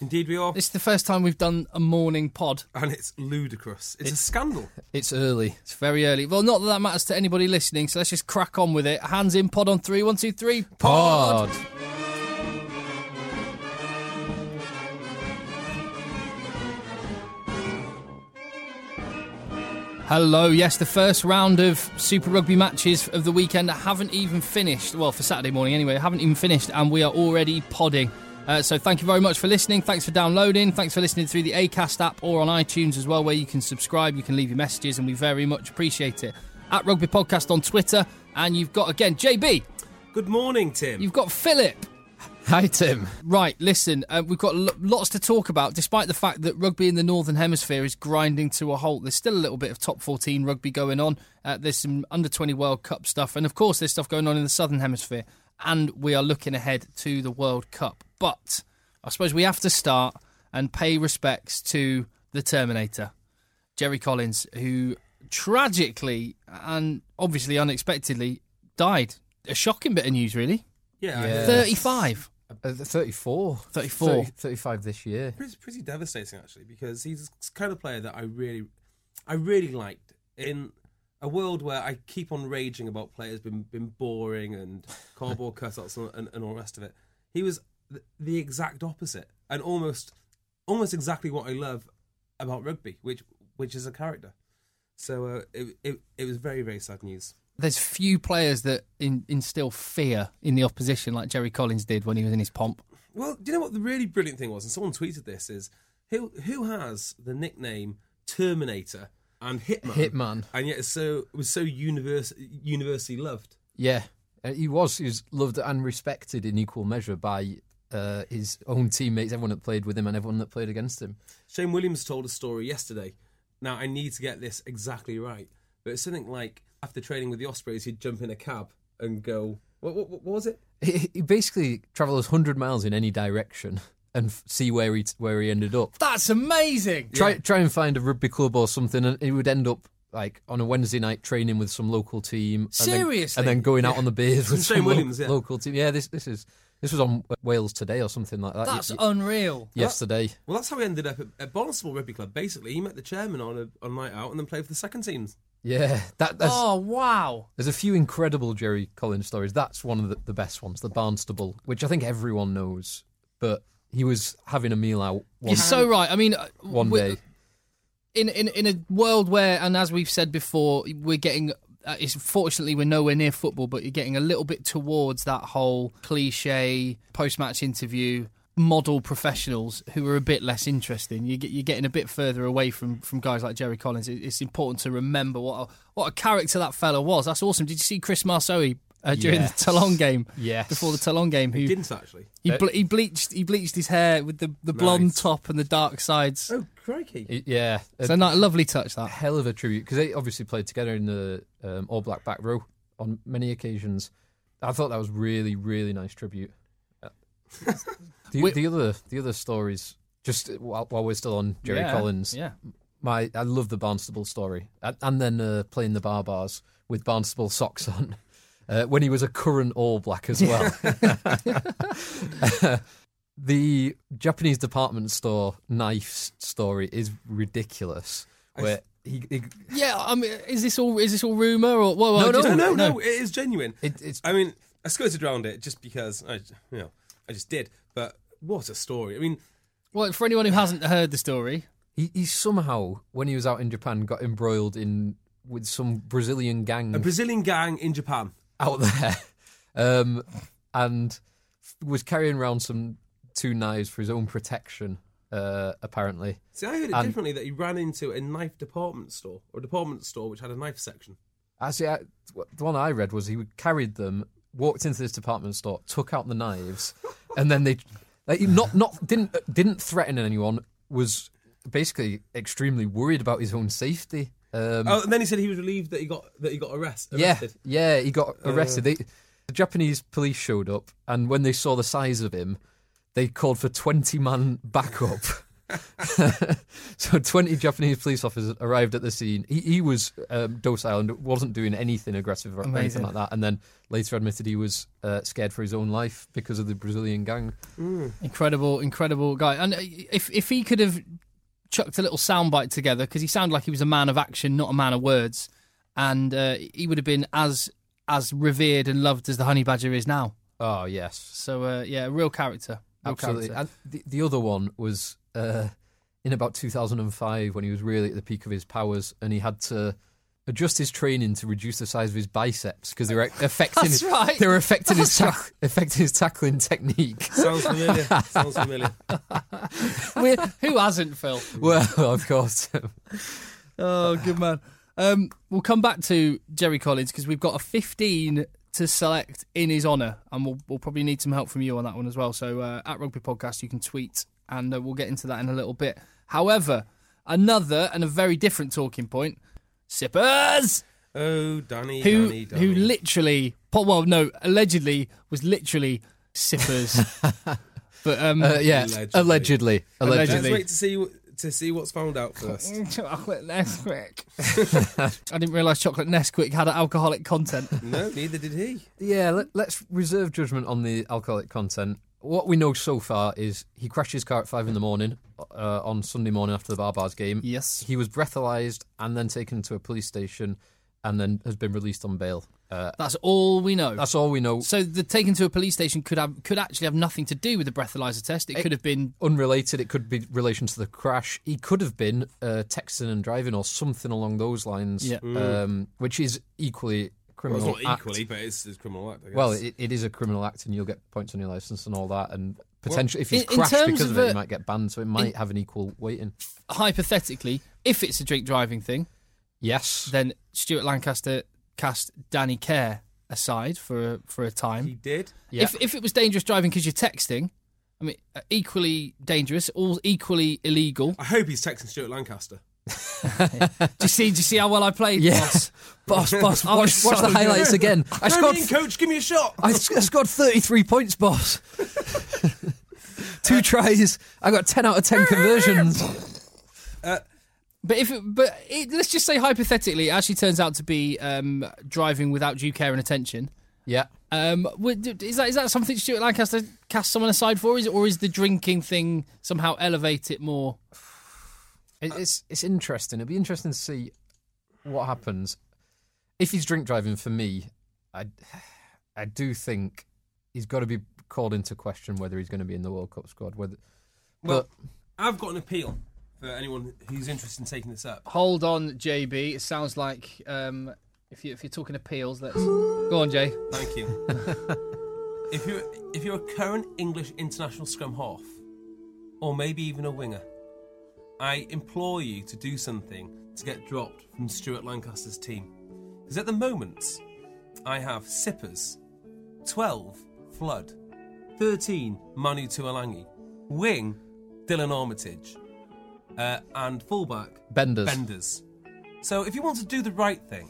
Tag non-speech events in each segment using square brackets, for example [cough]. Indeed, we are. This is the first time we've done a morning pod. and it's ludicrous. It's a scandal. It's early. It's very early. Well, not that that matters to anybody listening, so let's just crack on with it. Hands in pod on three. One, two, three. Pod. Hello. Yes, the first round of Super Rugby matches of the weekend haven't even finished. Well, for Saturday morning anyway, haven't even finished, and we are already podding. Uh, so thank you very much for listening. Thanks for downloading. Thanks for listening through the Acast app or on iTunes as well, where you can subscribe, you can leave your messages, and we very much appreciate it. At Rugby Podcast on Twitter, and you've got again JB. Good morning, Tim. You've got Philip. Hi, Tim. Right, listen, uh, we've got lo- lots to talk about, despite the fact that rugby in the Northern Hemisphere is grinding to a halt. There's still a little bit of top 14 rugby going on. Uh, there's some under 20 World Cup stuff. And of course, there's stuff going on in the Southern Hemisphere. And we are looking ahead to the World Cup. But I suppose we have to start and pay respects to the Terminator, Jerry Collins, who tragically and obviously unexpectedly died. A shocking bit of news, really. yeah, Yeah. yeah. 35. Uh, 34. 34. 35 this year. Pretty, pretty devastating actually, because he's the kind of player that I really, I really liked in a world where I keep on raging about players been been boring and cardboard cutouts and, and, and all the rest of it. He was the, the exact opposite, and almost, almost exactly what I love about rugby, which which is a character. So uh, it, it it was very very sad news. there's few players that in, instill fear in the opposition like Jerry Collins did when he was in his pomp. Well, do you know what the really brilliant thing was? And someone tweeted this: is who who has the nickname Terminator and Hitman? Hitman. and yet it's so it was so univers- universally loved. Yeah. Uh, he was he was loved and respected in equal measure by uh, his own teammates, everyone that played with him and everyone that played against him. Shane Williams told a story yesterday. Now I need to get this exactly right, but it's something like after training with the Ospreys, he'd jump in a cab and go. What, what, what was it? He, he basically travels 100 miles in any direction [laughs] and f- see where he, where he ended up. That's amazing. Try, try and find a rugby club or something and he would end up like on a Wednesday night training with some local team. and then- Seriously? And then, going out on the [laughs] beers with Shane some lo- Williams, yeah. local team. Yeah, this, this is... This was on Wales Today or something like that. That's Y- y- unreal. yesterday. Well, that's how he ended up at, at Barnstable Rugby Club. Basically, he met the chairman on a, on a night out and then played for the second teams. Yeah, that, that's, Oh wow. there's a few incredible Jerry Collins stories. That's one of the, the best ones, the Barnstable, which I think everyone knows. But he was having a meal out one, You're so right. I mean, uh, one we- day. in, in in a world where, and as we've said before, we're getting. Uh, it's fortunately we're nowhere near football, but you're getting a little bit towards that whole cliche post-match interview model professionals who are a bit less interesting. You get, you're getting a bit further away from, from guys like Jerry Collins. It, it's important to remember what a, what a character that fella was. That's awesome. Did you see Chris Marceau uh, during Yes. the Toulon game? Yes. before the Toulon game, who He didn't actually. Uh, he, ble- he bleached he bleached his hair with the, the blonde Nice. top and the dark sides. Oh crikey! It- yeah, a It's a ni- lovely touch that. hell of a tribute because they obviously played together in the um, All Black back row on many occasions. I thought that was really, really nice tribute. [laughs] Uh, the, Wait- the other, the other stories. Just while, while we're still on Jerry Yeah, Collins, Yeah. My, I love the Barnstable story, and, and then uh, playing the bar bars with Barnstable socks on uh, when he was a current All Black as well. [laughs] the Japanese department store knife story is ridiculous. Where he, he Yeah, I mean is this all is this all rumour or well, well, No, just- no, no, no, It is genuine. It- it's- I mean, I skirted around it just because I, j- you know, I just did. But what a story! I mean, Well, for anyone who hasn't heard the story, he, he somehow when he was out in Japan got embroiled in with some Brazilian gang [laughs] a Brazilian gang in Japan. out there, um, and f- was carrying around some two knives for his own protection, uh, apparently. See, I heard it And- differently that he ran into a knife department store or a department store which had a knife section. Actually, I, the one I read was he carried them, walked into this department store, took out the knives, and then they, like, he not not didn't uh, didn't threaten anyone. Was basically extremely worried about his own safety. Um, Oh, and then he said he was relieved that he got that he got arrest, arrested. Yeah, yeah, he got arrested. They, the Japanese police showed up, and when they saw the size of him, they called for 20 man backup. [laughs] so 20 Japanese police officers arrived at the scene. He, he was um, docile and wasn't doing anything aggressive or anything like that. And then later admitted he was uh, scared for his own life because of the Brazilian gang. Incredible, incredible guy. And uh, if if he could have chucked a little soundbite together, because he sounded like he was a man of action, not a man of words, and uh, he would have been as as revered and loved as the honey badger is now. Oh, yes. So uh, yeah, real character. Real Absolutely. Character. And the, the other one was uh, in about 2005 when he was really at the peak of his powers and he had to adjust his training to reduce the size of his biceps [laughs] because they were affecting That's right. they were affecting his tack affecting his tackling technique. [laughs] Sounds familiar. Sounds familiar. We're- Who hasn't, [laughs] Phil? well, of [laughs] course. Oh, good man. Um, we'll come back to Jerry Collins because we've got a 15 to select in his honour, and we'll, we'll probably need some help from you on that one as well. So, uh, at Rugby Podcast, you can tweet, and uh, we'll get into that in a little bit. However, another and a very different talking point Sippers! Oh, Danny, who Danny, Danny. who literally po- well no allegedly was literally [laughs] sippers but um Uh, yeah, Allegedly. allegedly. Allegedly. Let's Allegedly. wait to see wh- to see what's found out first. [laughs] chocolate Nesquik [laughs] I didn't realise chocolate Nesquik had alcoholic content no, neither did he. Yeah, let, let's reserve judgment on the alcoholic content. What we know so far is he crashed his car at five in the morning uh, on Sunday morning after the Barbars game. Yes. he was breathalyzed and then taken to a police station, and then has been released on bail. Uh, that's all we know that's all we know. so the taken to a police station could have could actually have nothing to do with the breathalyzer test it could have been Unrelated, it could be relation to the crash. He could have been uh, texting and driving or something along those lines, Yeah. um, which is equally Mm. Well, criminal. it's not act. equally, but it's, it's criminal act. I guess. Well, it, it is a criminal act, and you'll get points on your license and all that. And potentially, if you in- in crash terms because of of it, a- you might get banned. So it might have an equal weighting. hypothetically if it's a drink driving thing Yes, then Stuart Lancaster cast Danny Kerr aside for a, for a time he did. Yeah. If if it was dangerous driving because you're texting, I mean, uh, equally dangerous, all equally [laughs] illegal. I hope he's texting Stuart Lancaster. do you see? Do you see how well I played? Yes, [laughs] [laughs] boss, boss. I was Watch, watch so the highlights good. [laughs] again. I No, scored. mean, coach, give me a shot. I, s- I scored thirty-three [laughs] points, boss. [laughs] Two tries. I got ten out of ten conversions. [laughs] But if it, but it, let's just say hypothetically, it actually turns out to be um, driving without due care and attention. Yeah. Um, would, is that is that something Stuart Lancaster cast someone aside for? Is it, or is the drinking thing somehow elevate it more? It, it's it's interesting. It'd be interesting to see what happens if he's drink driving. For me, I I do think he's got to be called into question whether he's going to be in the World Cup squad. Whether Well, I've got an appeal for anyone who's interested in taking this up. Hold on, JB. It sounds like um, if you if you're talking appeals, let's go on, Jay. Thank you. if you're if you're a current English international scrum half, or maybe even a winger, I implore you to do something to get dropped from Stuart Lancaster's team. Because at the moment, I have Sippers, twelve Flood, thirteen Manu Tuolangi, wing Dylan Armitage, uh, and fullback Benders. Benders. So if you want to do the right thing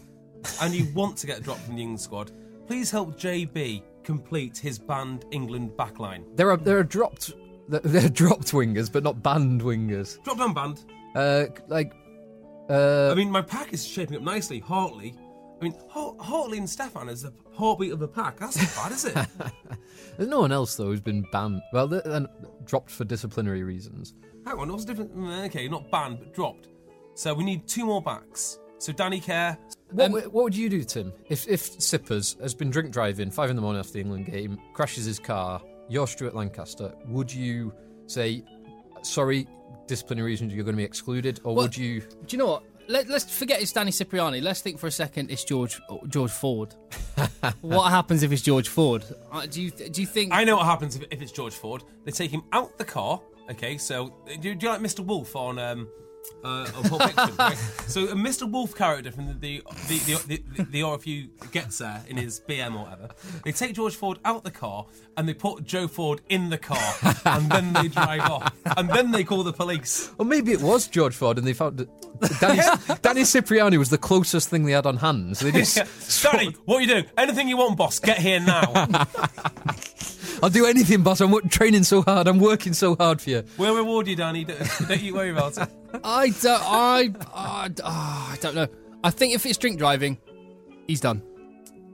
and you want to get dropped from the England squad, please help JB complete his banned England backline. There are there are dropped there- there are [laughs] dropped wingers, but not banned wingers. Drop down banned. Uh, like uh, I mean, my pack is shaping up nicely. Hartley. I mean, Hart- Hartley and Stefan is the heartbeat of the pack. That's not bad, is it? there's no one else though who's been banned. Well, th- and dropped for disciplinary reasons. Hang on, what's the difference? mm, Okay, not banned, but dropped. So we need two more backs. So Danny Kerr. What, w- what would you do, Tim, if if Sippers has been drink driving five in the morning after the England game, crashes his car? You're Stuart Lancaster. Would you say, sorry, disciplinary reasons, you're going to be excluded, or Well, would you? Do you know what? Let, let's forget it's Danny Cipriani. Let's think for a second. It's George George [laughs] Ford. what happens if it's George Ford? Uh, do you do you think? I know what happens if, if it's George Ford. They take him out the car. Okay, so uh, do, do you like Mr. Wolf on um, uh, on Pulp Fiction? right? So a Mr. Wolf character from the the the, the, the, the RFU gets there in his BM or whatever. They take George Ford out the car and they put Joe Ford in the car, and then they drive off, and then they call the police. Or maybe it was George Ford, and they found [laughs] that Danny, [laughs] Danny Cipriani was the closest thing they had on hand. So they [laughs] just, Sorry, what you do? Anything you want, boss. Get here now. I'll do anything, boss. I'm wo- training so hard. I'm working so hard for you. we'll reward you, Danny. Don't, don't you worry about it. I don't. I I, ah, I don't know. I think if it's drink driving, he's done.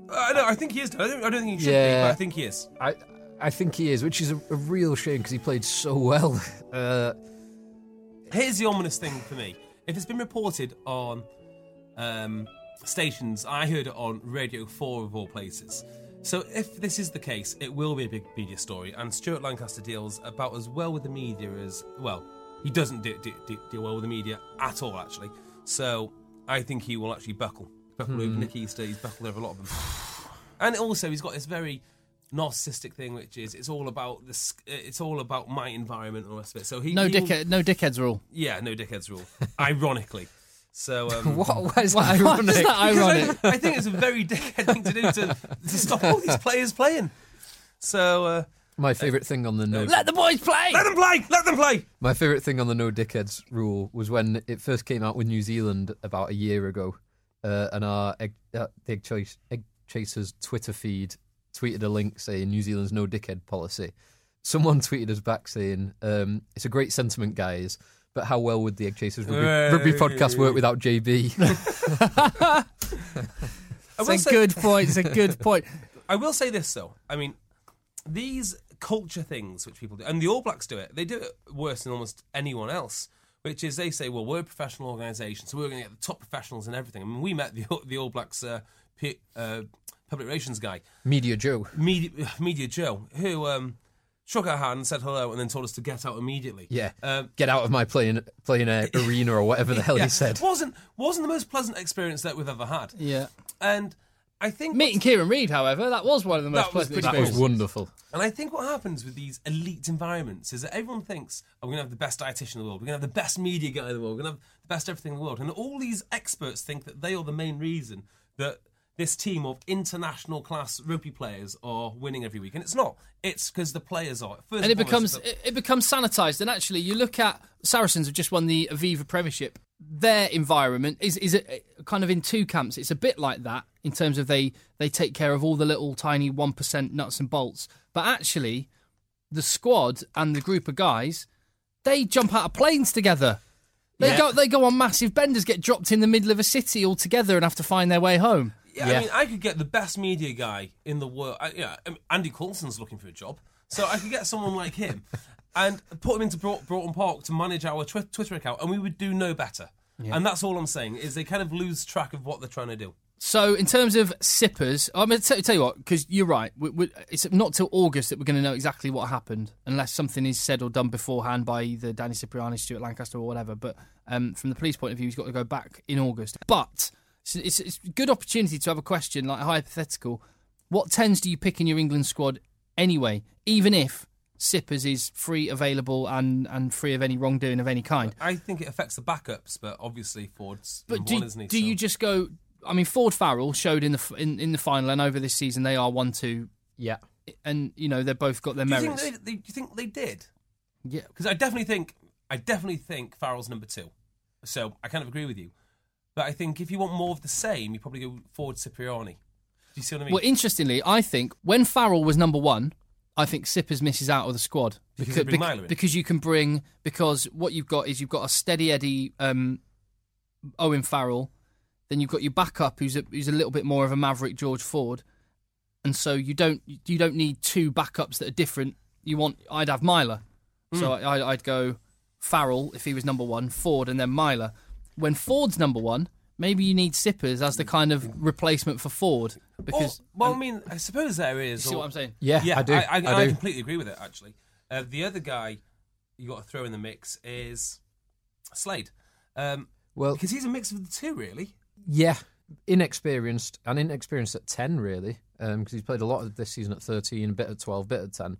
Uh, no, I think he is. I don't, I don't think he should be, Yeah. but I think he is. I I think he is, which is a, a real shame because he played so well. [laughs] Uh, Here's the ominous thing for me. If it's been reported on um, stations, I heard it on Radio 4 of all places. So if this is the case, it will be a big media story, and Stuart Lancaster deals about as well with the media as well. He doesn't do, do, do, deal well with the media at all, actually. So I think he will actually buckle, buckle over Hmm. Nick Easter. He's buckled over a lot of them, and also he's got this very narcissistic thing, which is it's all about this. It's all about my environment and all the rest of it. So he No he will- dickhead. No dickheads rule. yeah, no dickheads rule. Ironically, so um, [laughs] what? Why is Why- that why [laughs] ironic? is that ironic? I think it's a very dickhead thing to do to, to stop all these players playing. So uh, [laughs] My favourite thing on the no. Let the boys play. let them play, let them play. My favourite thing on the no dickheads rule was when it first came out with New Zealand about a year ago, uh, and our egg, uh, the egg, chase, egg chasers Twitter feed tweeted a link saying New Zealand's no dickhead policy. Someone [laughs] tweeted us back saying, um, "It's a great sentiment, guys." But how well would the Egg Chasers rugby, rugby podcast work without JB? I will, It's a say, good point. It's a good point. I will say this though. I mean, these culture things which people do, and the All Blacks do it. They do it worse than almost anyone else. Which is they say, well, we're a professional organisation, so we're going to get the top professionals and everything. I mean, we met the the All Blacks uh, P, uh, public relations guy. [laughs] Media Joe. media, [sighs] media Joe, who um, shook our hand, said hello, and then told us to get out immediately. Yeah, Um, get out of my playing playing uh, arena or whatever the hell yeah. he said. wasn't wasn't the most pleasant experience that we've ever had. Yeah. And I think Meeting Kieran Reid, however, that was one of the most That was pleasant pretty That was experiences. wonderful. And I think what happens with these elite environments is that everyone thinks, oh, we're going to have the best dietitian in the world, we're going to have the best media guy in the world, we're going to have the best everything in the world. And all these experts think that they are the main reason that this team of international class rugby players are winning every week. And it's not. It's because the players are. First and it foremost, becomes the- it, it becomes sanitized. And actually, you look at Saracens have just won the Aviva Premiership. Their environment is is a, kind of in two camps. It's a bit like that in terms of they they take care of all the little tiny one percent nuts and bolts, but actually, the squad and the group of guys they jump out of planes together. They Yeah. go they go on massive benders, get dropped in the middle of a city all together, and have to find their way home. Yeah, I Yeah. mean, I could get the best media guy in the world. I, yeah, I mean, Andy Coulson's looking for a job, so I could get someone like [laughs] him and put him into Brought- Broughton Park to manage our twi- Twitter account, and we would do no better. And that's all I'm saying is they kind of lose track of what they're trying to do. So, in terms of sippers, I'm going to tell you what, because you're right. We, we, it's not till August that we're going to know exactly what happened, unless something is said or done beforehand by either Danny Cipriani, Stuart Lancaster, or whatever. But um, from the police point of view, he's got to go back in August. But it's, it's, it's a good opportunity to have a question, like a hypothetical. What tens do you pick in your England squad anyway, even if sippers is free, available, and, and free of any wrongdoing of any kind? I think it affects the backups, but obviously Ford's But number do, one, isn't he? do So- you just go? I mean, Ford Farrell showed in the f- in, in the final and over this season they are one two, Yeah, and you know they've both got their do you think merits. they, they, do you think they did? Yeah, Because I definitely think I definitely think Farrell's number two. So I kind of agree with you, but I think if you want more of the same, you probably go Ford Cipriani. Do you see what I mean? Well, interestingly, I think when Farrell was number one, I think Sippers misses out of the squad Because you bec- bring Myler in. because you can bring because what you've got is you've got a steady Eddie um, Owen Farrell, then you've got your backup who's a, who's a little bit more of a maverick George Ford, and so you don't you don't need two backups that are different. You want I'd have Myler, so Hmm. I, I- I'd go Farrell if he was number one, Ford, and then Myler. When Ford's number one. Maybe you need Sippers as the kind of replacement for Ford because Or- well, I mean, I suppose there is. you see or- what I'm saying? yeah, Yeah, I do. I, I, I do. completely agree with it. Actually, uh, the other guy you got to throw in the mix is Slade. Um, Well, Because he's a mix of the two, really. yeah, inexperienced and inexperienced at ten really, because he's played a lot of this season at thirteen, a bit at twelve, a bit at ten.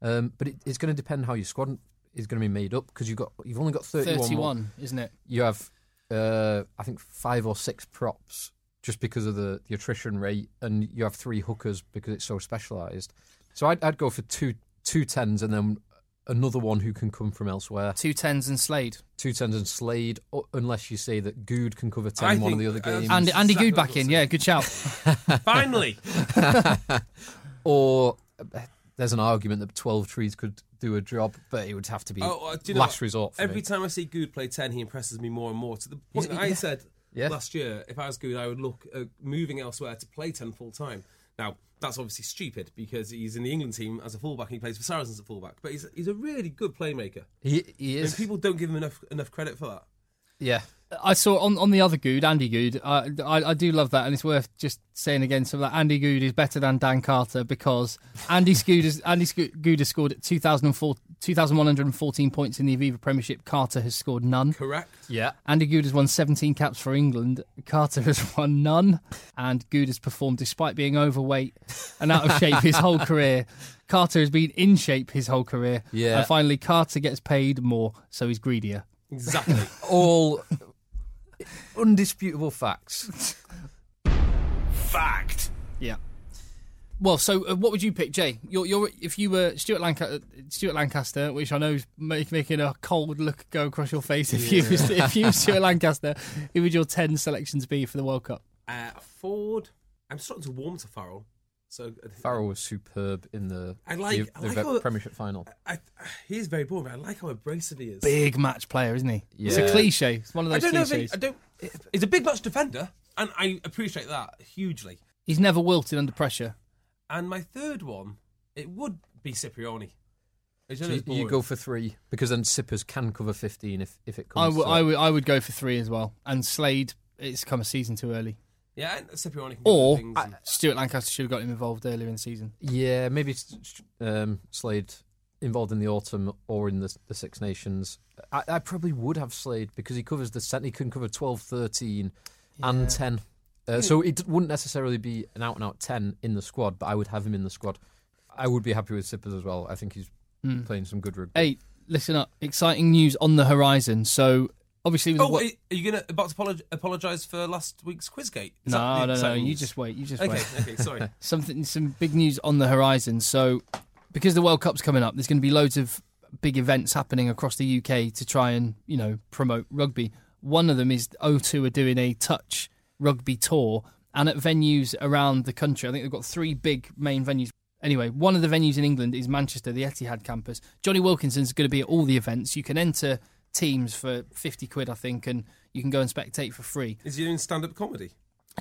Um, but it, it's going to depend how your squad is going to be made up because you've got you've only got thirty-one. more- 31, isn't it? you have uh, I think five or six props just because of the, the attrition rate, and you have three hookers because it's so specialised. So I'd, I'd go for two two tens and then another one who can come from elsewhere. Two tens and Slade. Two tens and Slade, u- unless you say that Good can cover I ten one of the other think- games, Andy, Andy Exactly Good what I back was in. Yeah, good shout. [laughs] Finally, or uh, there's an argument that twelve trees could do a job, but it would have to be Oh, uh, do you know last what? resort. For every me. time I see Good play ten, he impresses me more and more. To the point that I yeah. said Yeah. last year, if I was Good, I would look at moving elsewhere to play ten full time. Now that's obviously stupid because he's in the England team as a fullback and he plays for Saracens at fullback. But he's he's a really good playmaker. he, he And is, people don't give him enough enough credit for that. yeah. I saw on, on the other Good, Andy Good. I, I I do love that, and it's worth just saying again. So that Andy Good is better than Dan Carter because Andy Good has Andy Sco- Good has scored 2004 2,114 points in the Aviva Premiership. Carter has scored none. Correct. Yeah, Andy Good has won 17 caps for England. Carter has [laughs] won none, and Good has performed despite being overweight and out of shape his whole career. Carter has been in shape his whole career, Yeah. and finally Carter gets paid more, so he's greedier. [laughs] Exactly. all undisputable facts. Fact. Yeah. Well, so uh, what would you pick, Jay? You're, you're if you were Stuart, Lanca- uh, Stuart Lancaster, which I know is make, making a cold look go across your face. If you was, if you were Stuart Lancaster, who would your ten selections be for the World Cup? Uh, Ford. I'm starting to warm to Farrell. So uh, I think- Farrell was superb in the I like- the- I the like Ve- how- Premiership final. I, he is very boring. But I like how abrasive he is. Big match player, isn't he? It's Yeah. a cliche. It's one of I those don't know. If he, cliches. I don't. He's a big match defender, and I appreciate that hugely. He's never wilted under pressure. And my third one, it would be Cipriani. I don't So know, you, it's you boring. go for three because then Sippers can cover fifteen if, if it comes. I would, to I it. would, I would go for three as well. And Slade, it's come a season too early. Yeah, and Cipriani. Can do Or things and- Stuart Lancaster should have got him involved earlier in the season. Yeah, maybe s- s- um, Slade involved in the autumn or in the, the Six Nations. I, I probably would have Slade because he covers the cent. He can cover 12, 13 and ten. Uh, so it wouldn't necessarily be an out and out ten in the squad, but I would have him in the squad. I would be happy with Sippers as well. I think he's playing some good rugby. Eight. Listen up. Exciting news on the horizon. So obviously, with the oh, Wo- are are you gonna about to apolog- apologise for last week's Quizgate? No, Is that the no, no. exciting You news? just wait. You just Okay, wait. [laughs] okay, sorry. Something, some big news on the horizon. So, because the World Cup's coming up, there's going to be loads of big events happening across the UK to try and you know promote rugby. One of them is O2 are doing a touch rugby tour, and at venues around the country, I think they've got three big main venues. Anyway, one of the venues in England is Manchester, the Etihad campus. Johnny Wilkinson's going to be at all the events. You can enter teams for fifty quid, I think, and you can go and spectate for free. Is he doing stand-up comedy?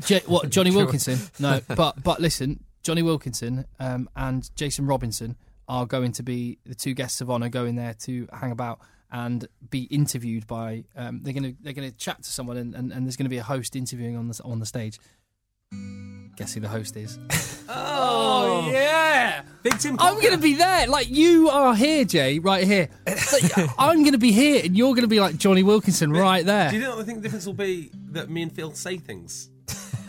J- what [laughs] Johnny Wilkinson? No, [laughs] but but listen, Johnny Wilkinson um, and Jason Robinson are going to be the two guests of honor going there to hang about and be interviewed by. Um, they're gonna they're gonna chat to someone and, and, and there's gonna be a host interviewing on the on the stage. Guess who the host [laughs] is? Oh, yeah. Big Tim. I'm Cocker. going to be there. Like, you are here, Jay, right here. Like, [laughs] I'm going to be here, and you're going to be like Johnny Wilkinson right Do you there. know what I think the difference will be that me and Phil say things?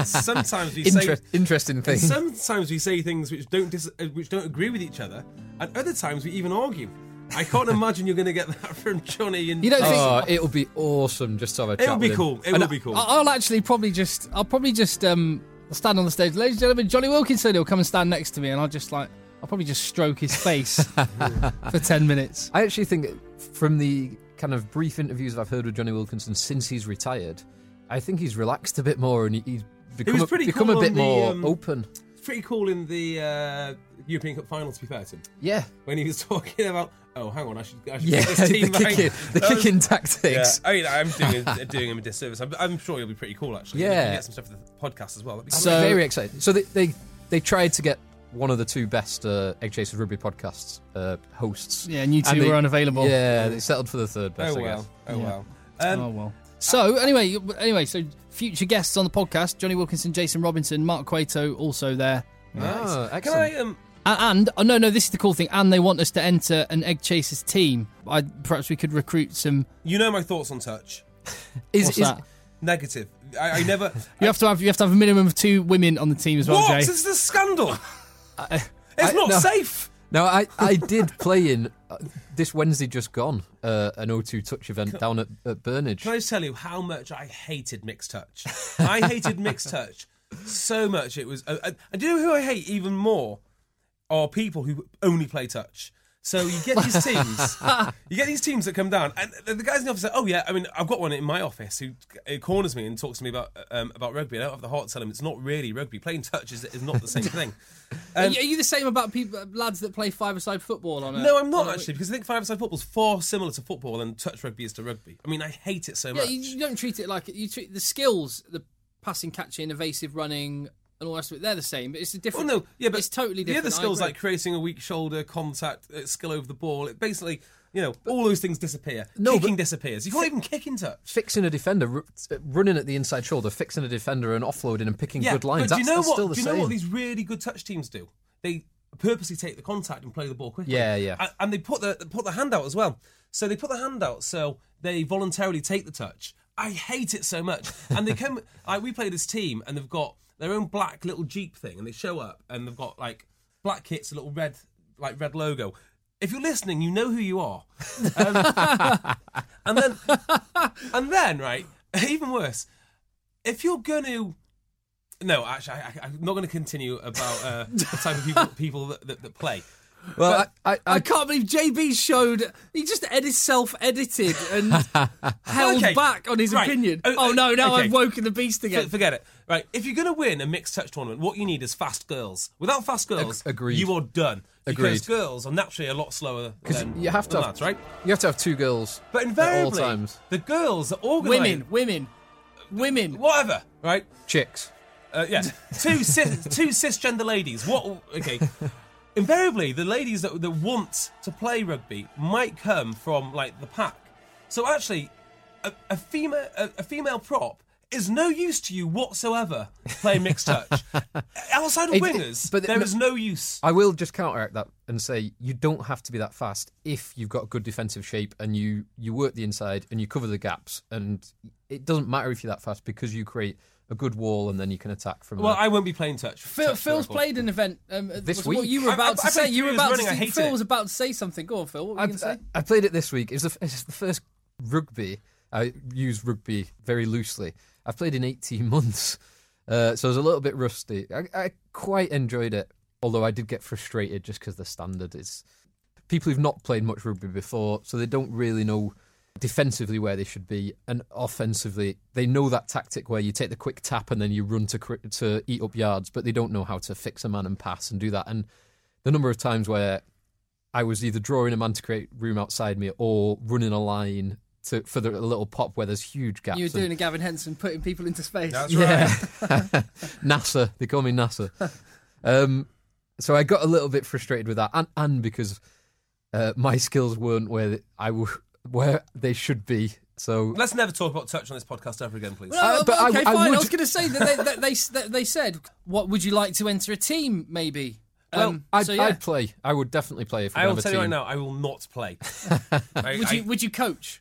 Sometimes we say Inter- interesting thing. Sometimes we say things which don't dis- uh, which don't agree with each other, and other times we even argue. I can't imagine you're going to get that [laughs] from Johnny. And You don't think. Oh, it'll be awesome just to have a chat. it will be with him. cool. It will be cool. I- I'll actually probably just I'll probably just um stand on the stage, ladies and gentlemen. Johnny Wilkinson will come and stand next to me, and I'll just like I'll probably just stroke his [laughs] face for ten minutes. I actually think from the kind of brief interviews I've heard with Johnny Wilkinson since he's retired, I think he's relaxed a bit more and he, he's become, was a, pretty become cool a bit on the, more um, open. It's pretty cool in the uh, European Cup final. To be fair to him, Yeah. when he was [laughs] talking about, oh, hang on, I should, I should Yeah, get this [laughs] the [laughs] team Um, right." kicking, the That was- kicking Yeah, tactics. I mean, I'm doing, a, doing him a disservice. I'm, I'm sure he'll be pretty cool actually. We Yeah. can get some stuff for the podcast as well. That'd be I'm So- very excited. So they, they they tried to get one of the two best uh, Egg Chasers Rugby podcasts uh, hosts. Yeah, and you two they- were unavailable. Yeah, they settled for the third cool. best. oh I well, guess. oh well. Um, oh well. So anyway, anyway, so future guests on the podcast: Johnny Wilkinson, Jason Robinson, Mark Cueto, also there. Ah, Can excellent. I um, A- And oh no, no, this is the cool thing. And they want us to enter an Egg Chasers team. I perhaps we could recruit some. You know my thoughts on touch. Is, What's is, that? Negative. I, I [laughs] never. You have to have you have to have a minimum of two women on the team as well, what? Jay. This is a scandal. it's [laughs] I- not no. safe. [laughs] Now, I, I did play in uh, this Wednesday just gone uh, an O2 touch event down at, at Burnage. Can I just tell you how much I hated mixed touch? I hated [laughs] mixed touch so much. It was. Uh, uh, and do you know who I hate even more? Are people who only play touch. So you get these teams, [laughs] you get these teams that come down, and the the guys in the office say, "Oh yeah, I mean, I've got one in my office who uh, corners me and talks to me about um, about rugby. I don't have the heart to tell him it's not really rugby. Playing touch is, is not the [laughs] same thing." Are you- are you the same about people, lads that play five-a-side football on? A, No, I'm on not a- actually, because I think five-a-side football is far similar to football than touch rugby is to rugby. I mean, I hate it so Yeah, much. you, you don't treat it like you treat the skills, the passing, catching, evasive running, and all that stuff. They're the same, but it's a Well, different. Oh, no, yeah, but it's totally different. The other I skills agree. like creating a weak shoulder, contact, uh, skill over the ball. It basically, you know, all those things disappear. No, Kicking but- disappears. You can't even kick in touch. Fixing a defender, ru- uh, running at the inside shoulder, fixing a defender and offloading and picking Yeah, good lines. but do that's you know that's what? still the do you same. know what these really good touch teams do? They purposely take the contact and play the ball quickly. Yeah, yeah. A- And, they put the they put the hand out as well. So they put the hand out, so they voluntarily take the touch. I hate it so much. And they come. [laughs] I, we play this team, and they've got their own black little jeep thing, and they show up, and they've got like black kits, a little red like red logo. If you're listening, you know who you are. Um, [laughs] and then, and then, right, [laughs] even worse, if you're gonna no, actually, I, I, I'm not going to continue about uh, the type of [laughs] people, people that, that, that play. well, I, I, I can't believe JB showed he just edit self-edited [laughs] and held Okay, back on his right. opinion. Oh, Oh, no, now okay. I've woken the beast For- again. Forget it. Right, if you're going to win a mixed touch tournament, what you need is fast girls. Without fast girls, Ag- agreed. you are done. Because Agreed. girls are naturally a lot slower than, you have to than have, lads, right? You have to have two girls But at all invariably, times. the girls are women, organised. women, women. Whatever, right? Chicks. Uh, [laughs] yeah, two cis, two cisgender ladies. What? Okay. Invariably, the ladies that, that want to play rugby might come from like the pack. So actually, a, a female a, a female prop is no use to you whatsoever playing [laughs] mixed touch. Outside of It- it- wingers, but- there no- is no use. I will just counteract that and say you don't have to be that fast if you've got good defensive shape and you you work the inside and you cover the gaps and it doesn't matter if you're that fast because you create a good wall and then you can attack from Well, there. I won't be playing touch. Phil, touch Phil's football. played an event um, uh, This was week. What you I- were about I- to I say, played you were three years about running, to. I say- hate Phil it. was about to say something. Go on, Phil. What were you going to say? I played it this week. It's the, it's the first rugby. I use rugby very loosely. I've played in 18 [laughs] months, uh, so I was a little bit rusty. I, I quite enjoyed it, although I did get frustrated just because the standard is people who've not played much rugby before, so they don't really know defensively where they should be and offensively they know that tactic where you take the quick tap and then you run to cri- to eat up yards but they don't know how to fix a man and pass and do that and the number of times where I was either drawing a man to create room outside me or running a line to for the a little pop where there's huge gaps. You were and- doing a Gavin Henson, putting people into space. That's right. [laughs] yeah, NASA. They call me NASA. Um, so I got a little bit frustrated with that, and and because uh, my skills weren't where th- I w- where they should be. So Let's never talk about touch on this podcast ever again, please. Well, Uh, but I- okay, I fine. I would- was going to say that they, that they that they said, "What would you like to enter a team? Maybe." well, Um, I'd, so, yeah. I'd play. I would definitely play if we I will have a tell team. you right now, I will not [laughs] play. I, would I- you would you coach?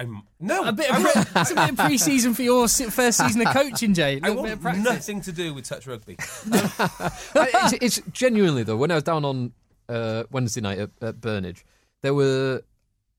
I'm- no, A bit I of will- [laughs] it's a bit of pre-season for your se- first season [laughs] of coaching, Jay. A I little bit of want practice. nothing to do with touch rugby. I- it's, it's genuinely though. When I was down on uh, Wednesday night at, at Burnage, there were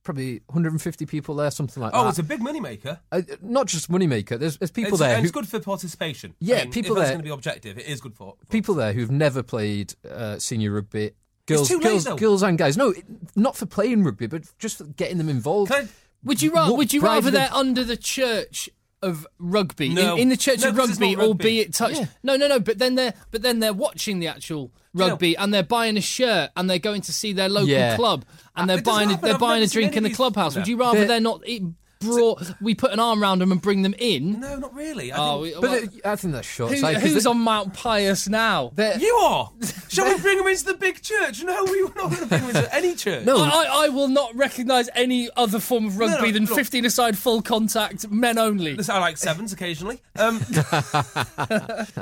probably 150 people there, something like Oh, that. it's a big moneymaker. Uh, not just moneymaker. There's, there's people it's, there. and who, it's good for participation. Yeah, if people that's there- going to be objective. It is good for. for- people there who've never played uh, senior rugby. Girls, too late, girls, though. girls and guys. No, it- not for playing rugby, but just for getting them involved. Can I- Would you rather? What, Would you rather rather than- they're under the church of rugby No. in, in the church No, of 'cause it's rugby, not rugby. albeit touch? No, no, no. But then they're but then they're watching the actual know- rugby and they're buying a shirt and they're going to see their local Yeah. club and Uh, they're it doesn't buying a, happen. they're I've buying never a seen drink any in the of these- clubhouse. No. Would you rather They're- they're, not it brought? We put an arm around them and bring them in. No, not really. I Oh, well, think- but uh, I think that's short who- sighted. who's on Mount Pius now? you are. [laughs] Shall we bring him into the big church? No, we were not going to bring him into any church. No. I, I, I will not recognise any other form of rugby no, than look. 15 aside full contact, men only. Listen, I like sevens occasionally. [laughs] Um,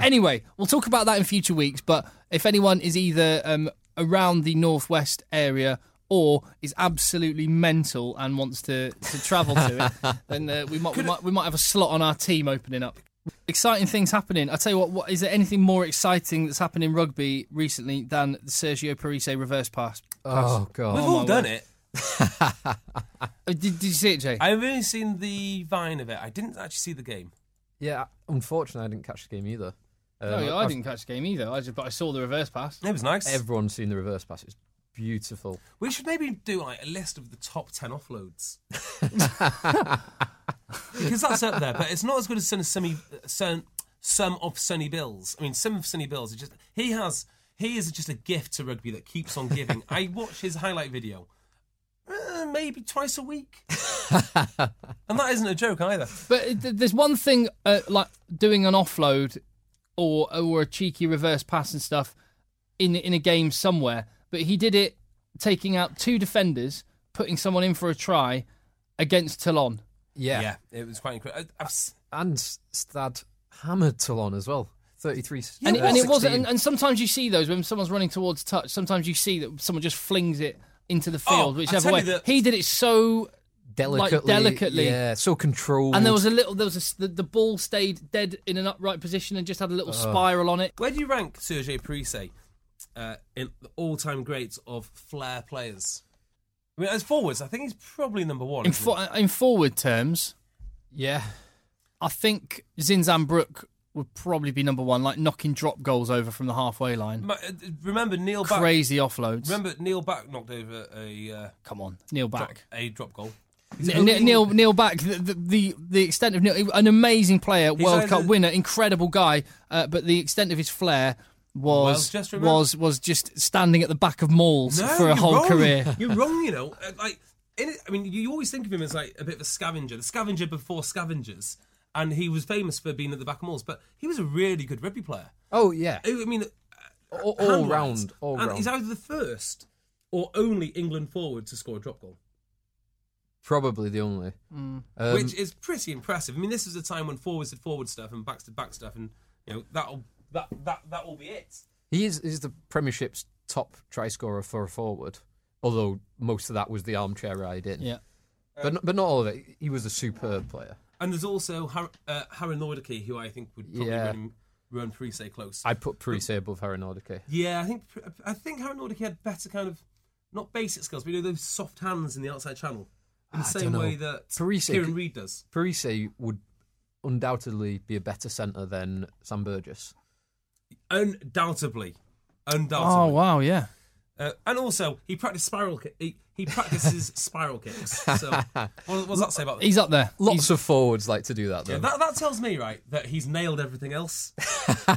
Anyway, we'll talk about that in future weeks. But if anyone is either um, around the northwest area or is absolutely mental and wants to, to travel to [laughs] it, then uh, we, might, we might we might have a slot on our team opening up. Exciting things happening. I tell you what, what is there anything more exciting that's happened in rugby recently than the Sergio Parise reverse pass? Oh We've god. all done it. Uh, Did, did you see it, Jay? I've only seen the vine of it. I didn't actually see the game. Yeah, unfortunately, I didn't catch the game either. No, Um, I I've- didn't catch the game either. I just, but I saw the reverse pass. It was nice. Everyone's seen the reverse pass. It's beautiful. we should maybe do like a list of the top ten offloads because that's up there. But it's not as good as some semi, some, some of Sonny Bills. I mean, some of Sonny Bills. Are just he has he is just a gift to rugby that keeps on giving. I watch his highlight video. uh, maybe twice a week, and that isn't a joke either. But th- there's one thing uh, like doing an offload or or a cheeky reverse pass and stuff in in a game somewhere. But he did it taking out two defenders, putting someone in for a try against Toulon. Yeah. it was quite incredible. I've, s- And Stad hammered Toulon as well. 33. and, uh, it, and it 16. wasn't. And, and sometimes you see those when someone's running towards touch. Sometimes you see that someone just flings it into the Oh, field, I whichever tell way. you that- He did it so delicately. delicately. Yeah, so controlled. And there was a little, there was a, s- the, the ball stayed dead in an upright position and just had a little spiral on it. Where do you rank Sergei Parise uh, in the all-time greats of flair players? I mean, as forwards, I think he's probably number one. In, isn't fo- uh, in forward terms, Yeah. I think Zinzan Brook would probably be number one, like knocking drop goals over from the halfway line. he? Ma- uh, remember Neil back. Crazy offloads. Remember Neil back knocked over a uh, Come on, Neil drop, back. a drop goal. Neil, Neil, Neil Back, the, the- the the extent of Neil, an amazing player, World either- Cup winner, incredible guy, uh, but the extent of his flair was Well, just remember- was was just standing at the back of malls No, for a you're whole wrong. career. [laughs] You're wrong. You know, Uh, like in it, I mean, you you always think of him as like a bit of a scavenger, the scavenger before scavengers, and he was famous for being at the back of malls. But he was a really good rugby player. Oh, yeah. I I mean, All, all hand-wise. round. All and round. He's either the first or only England forward to score a drop goal, Probably the only. Hmm. Um, which is pretty impressive. I mean, this was a time when forwards did forward stuff and backs did back stuff, and you know that'll that that that will be it. He is, is the Premiership's top try scorer for a forward, although most of that was the armchair ride in. Yeah, But, not, but not all of it. He was a superb player. And there's also Har- uh, Harry Nordicky, who I think would probably Yeah. run, him- run Parise close. I put Parise above Harry Nordique. yeah, I think I think Harry Nordicky had better kind of not basic skills, but you know those soft hands in the outside channel, in the Ah, I same dunno. way that Parise Kieran could- Reid does. Parise would undoubtedly be a better centre than Sam Burgess. Undoubtedly, undoubtedly. oh wow, yeah. Uh, and also, he practiced spiral. Ki- he, [laughs] he practices spiral kicks. So, what, what does that say about He's up there. Lots of forwards like to do that, though. [laughs] Yeah, that? That tells me right that he's nailed [laughs] everything else.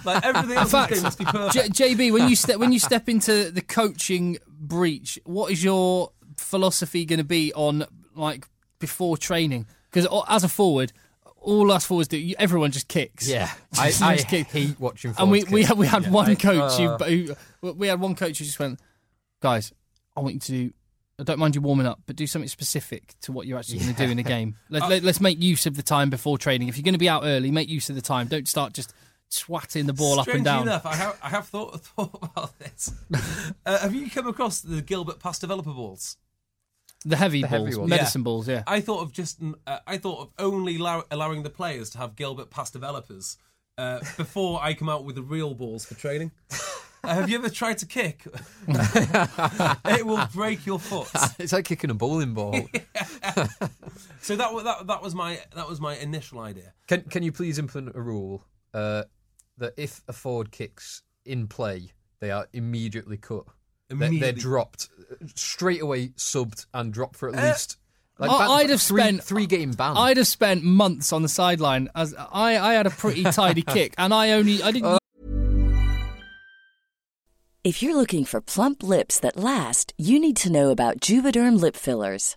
like everything else in this fact- game must be perfect. J- JB, when you step when you step into the coaching breach, what is your philosophy going to be on like before training? Because as a forward, all us forwards do. you- Everyone just kicks. Yeah, [laughs] I, Just I kick. hate watching. And we forwards we kick. had, we had one I- coach uh, who, who we had one coach who just went, guys, I want you to do. I don't mind you warming up, but do something specific to what you're actually going to do in a [laughs] game. Let, let, let's make use of the time before training. If you're going to be out early, make use of the time. Don't start just swatting the ball up and Strangely down. enough, I have, I have thought, [laughs] thought [laughs] about this. Uh, have you come across the Gilbert Pass developer balls? The heavy The balls, heavy ones. medicine Yeah. balls, yeah. I thought of just uh, I thought of only allow- allowing the players to have Gilbert Pass developers uh, before I come out with the real balls for training. Uh, have you ever tried to kick? [laughs] it will break your foot. [laughs] it's like kicking a [laughs] bowling ball. So that, wa- that that was my that was my initial idea. can Can you please implement a rule uh, that if a forward kicks in play, they are immediately cut. They're- They're, Immediately. dropped uh, straight away, subbed and dropped for at least. Like, Uh, I- ban- I'd have three, spent- three game ban. I'd have spent months on the sideline as I, I had a [laughs] pretty tidy kick, and I only I didn't If you're looking for plump lips that last, you need to know about Juvederm lip fillers.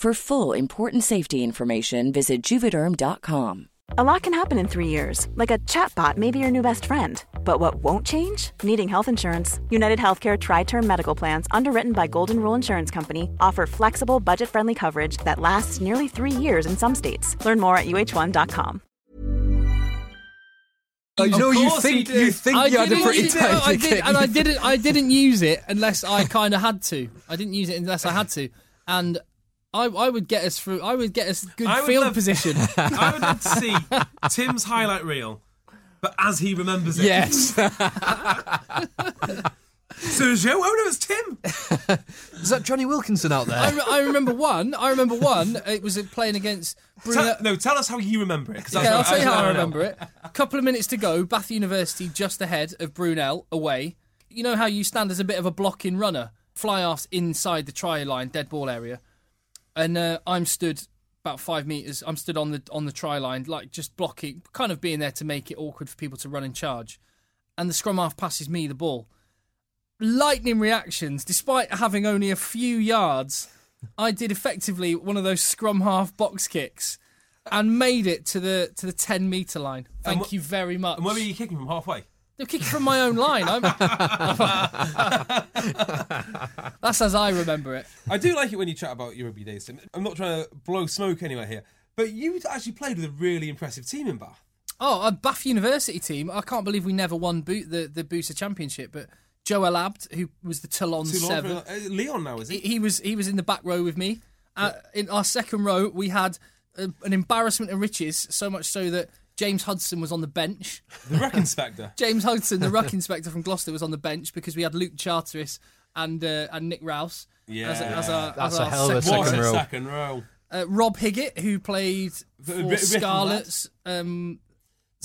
For full important safety information, visit juvederm.com. A lot can happen in three years, like a chatbot may be your new best friend. But what won't change? Needing health insurance. United Healthcare Tri Term Medical Plans, underwritten by Golden Rule Insurance Company, offer flexible, budget friendly coverage that lasts nearly three years in some states. Learn more at uh1.com. You know, you course think he did. you think you had a didn't pretty use it, no, tight I did, ticket. and I didn't. I didn't use it unless I kind of had to. I didn't use it unless I had to, and I, I would get us through. I would get us good I would field love- position. I would love to see Tim's highlight reel, but as he remembers it. [laughs] Yes. Sergio, oh no, it's Tim. Is that Johnny Wilkinson out I, there? re- I remember one. I remember one. It was playing against Bruno. Tell, no, tell us how you remember it. 'cause that's Okay, I'll what- tell you that's how what I know. remember it. A couple of minutes to go. Bath University just ahead of Brunel away. You know how you stand as a bit of a blocking runner, fly offs inside the try line, dead ball area, and uh, I'm stood about five meters. I'm stood on the on the try line, like just blocking, kind of being there to make it awkward for people to run and charge. And the scrum half passes me the ball. Lightning reactions, despite having only a few yards. I did effectively one of those scrum half box kicks and made it to the to the ten meter line. Thank wh- you very much. And where were you kicking from halfway? They're kicking from my own line. [laughs] I'm... That's as I remember it. I do like it when you chat about your rugby days, Tim. I'm not trying to blow smoke anywhere here, but you actually played with a really impressive team in Bath. Oh, a Bath University team. I can't believe we never won boot the the Booster Championship, but Joel Abt, who was the Toulon Toulon, seven, uh, Leon now, is he, he? he was he was in the back row with me. Uh, in our second row, we had uh, an embarrassment of riches, so much so that James Hudson was on the bench. [laughs] The Wreck Inspector. James Hudson, the [laughs] ruck inspector from Gloucester, was on the bench because we had Luke Charteris and uh, and Nick Rouse. as, Yeah. as our, That's as a our hell of [laughs] a second What second a row. second row. uh, Rob Higgett, who played The- for Ri- Riff and Scarlets, um,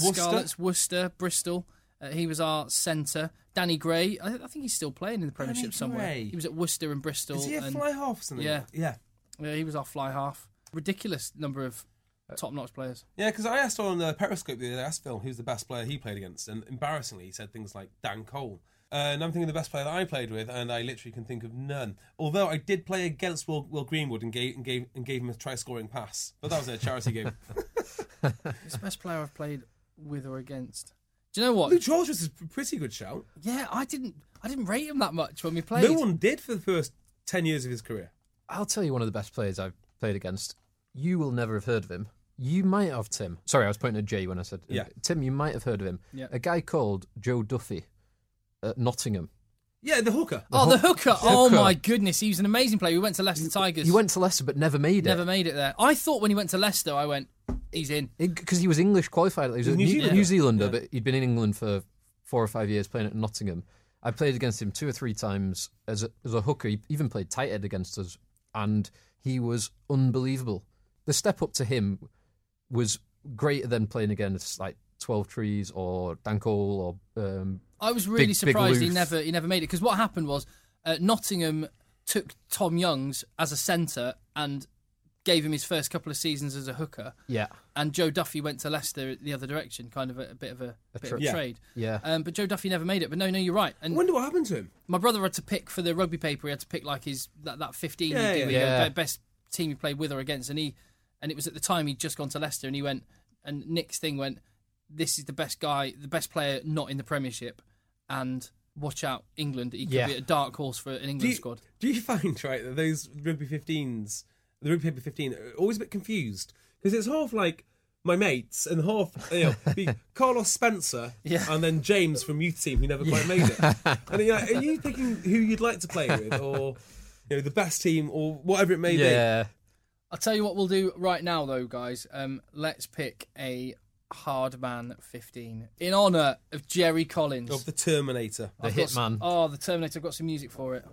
Worcester? Scarlets, Worcester, Bristol. Uh, he was our centre. Danny Gray, I, I think he's still playing in the Premiership somewhere. Gray. He was at Worcester and Bristol. Is he a and, fly half or something? Yeah. Yeah. yeah, he was our fly half. Ridiculous number of top-notch players. Yeah, because I asked on uh, Periscope the other day, I asked Phil who's the best player he played against, and embarrassingly, he said things like Dan Cole. Uh, and I'm thinking the best player that I played with, and I literally can think of none. Although I did play against Will, Will Greenwood and gave, and gave and gave him a try scoring pass, but that was in a charity game. He's the best player I've played with or against. Do you know [laughs] what? Luke George was a pretty good shout. Yeah, I didn't. I didn't rate him that much when we played. No one did for the first ten years of his career. I'll tell you one of the best players I've played against. You will never have heard of him. You might have Tim. Sorry, I was pointing at Jay when I said Yeah. Tim. You might have heard of him. Yeah. A guy called Joe Duffy at Nottingham. Yeah, the hooker. Oh, the hooker! Oh hooker. my goodness, he was an amazing player. We went to Leicester Tigers. He went to Leicester but never made never it made it there. I thought when he went to Leicester, I went, he's in. because he was English qualified. He was a New New, Zealander. New Zealander, but he'd been in England for four or five years playing at Nottingham. I played against him two or three times as a, as a hooker. He even played tight end against us, and he was unbelievable. The step up to him was greater than playing against like Twelve Trees or Dan Cole or um, I was really Big- big surprised he aloof. never he never made it because what happened was uh, Nottingham took Tom Youngs as a centre and gave him his first couple of seasons as a hooker, yeah. and Joe Duffy went to Leicester the other direction, kind of a, a bit of a, bit of tra- a Yeah. trade. Yeah. Um, but Joe Duffy never made it. But no, no, you're right. I And wonder what happened to him. my brother had to pick for the rugby paper. He had to pick like his that, that fifteen. you Yeah, do yeah, where you yeah. go, uh, Best team you played with or against, and he and it was at the time he'd just gone to Leicester, and he went and Nick's thing went. This is the best guy, the best player not in the Premiership, and watch out, England. He could Yeah. be a dark horse for an Do England you, [laughs] squad. do you find right that those rugby 15s the Ruby Paper 15, uh, always a bit confused because it's half like my mates and half, you know, be [laughs] Carlos Spencer Yeah. and then James from Youth Team who never quite [laughs] made it. And you're like, are you thinking who you'd like to play with or, you know, the best team or whatever it may be? yeah. I'll tell you what we'll do right now, though, guys. Um, let's pick a hard man 15 in honour of Jerry Collins. Of the Terminator. The I've got s- Hitman. oh, the Terminator. I've got some music for it.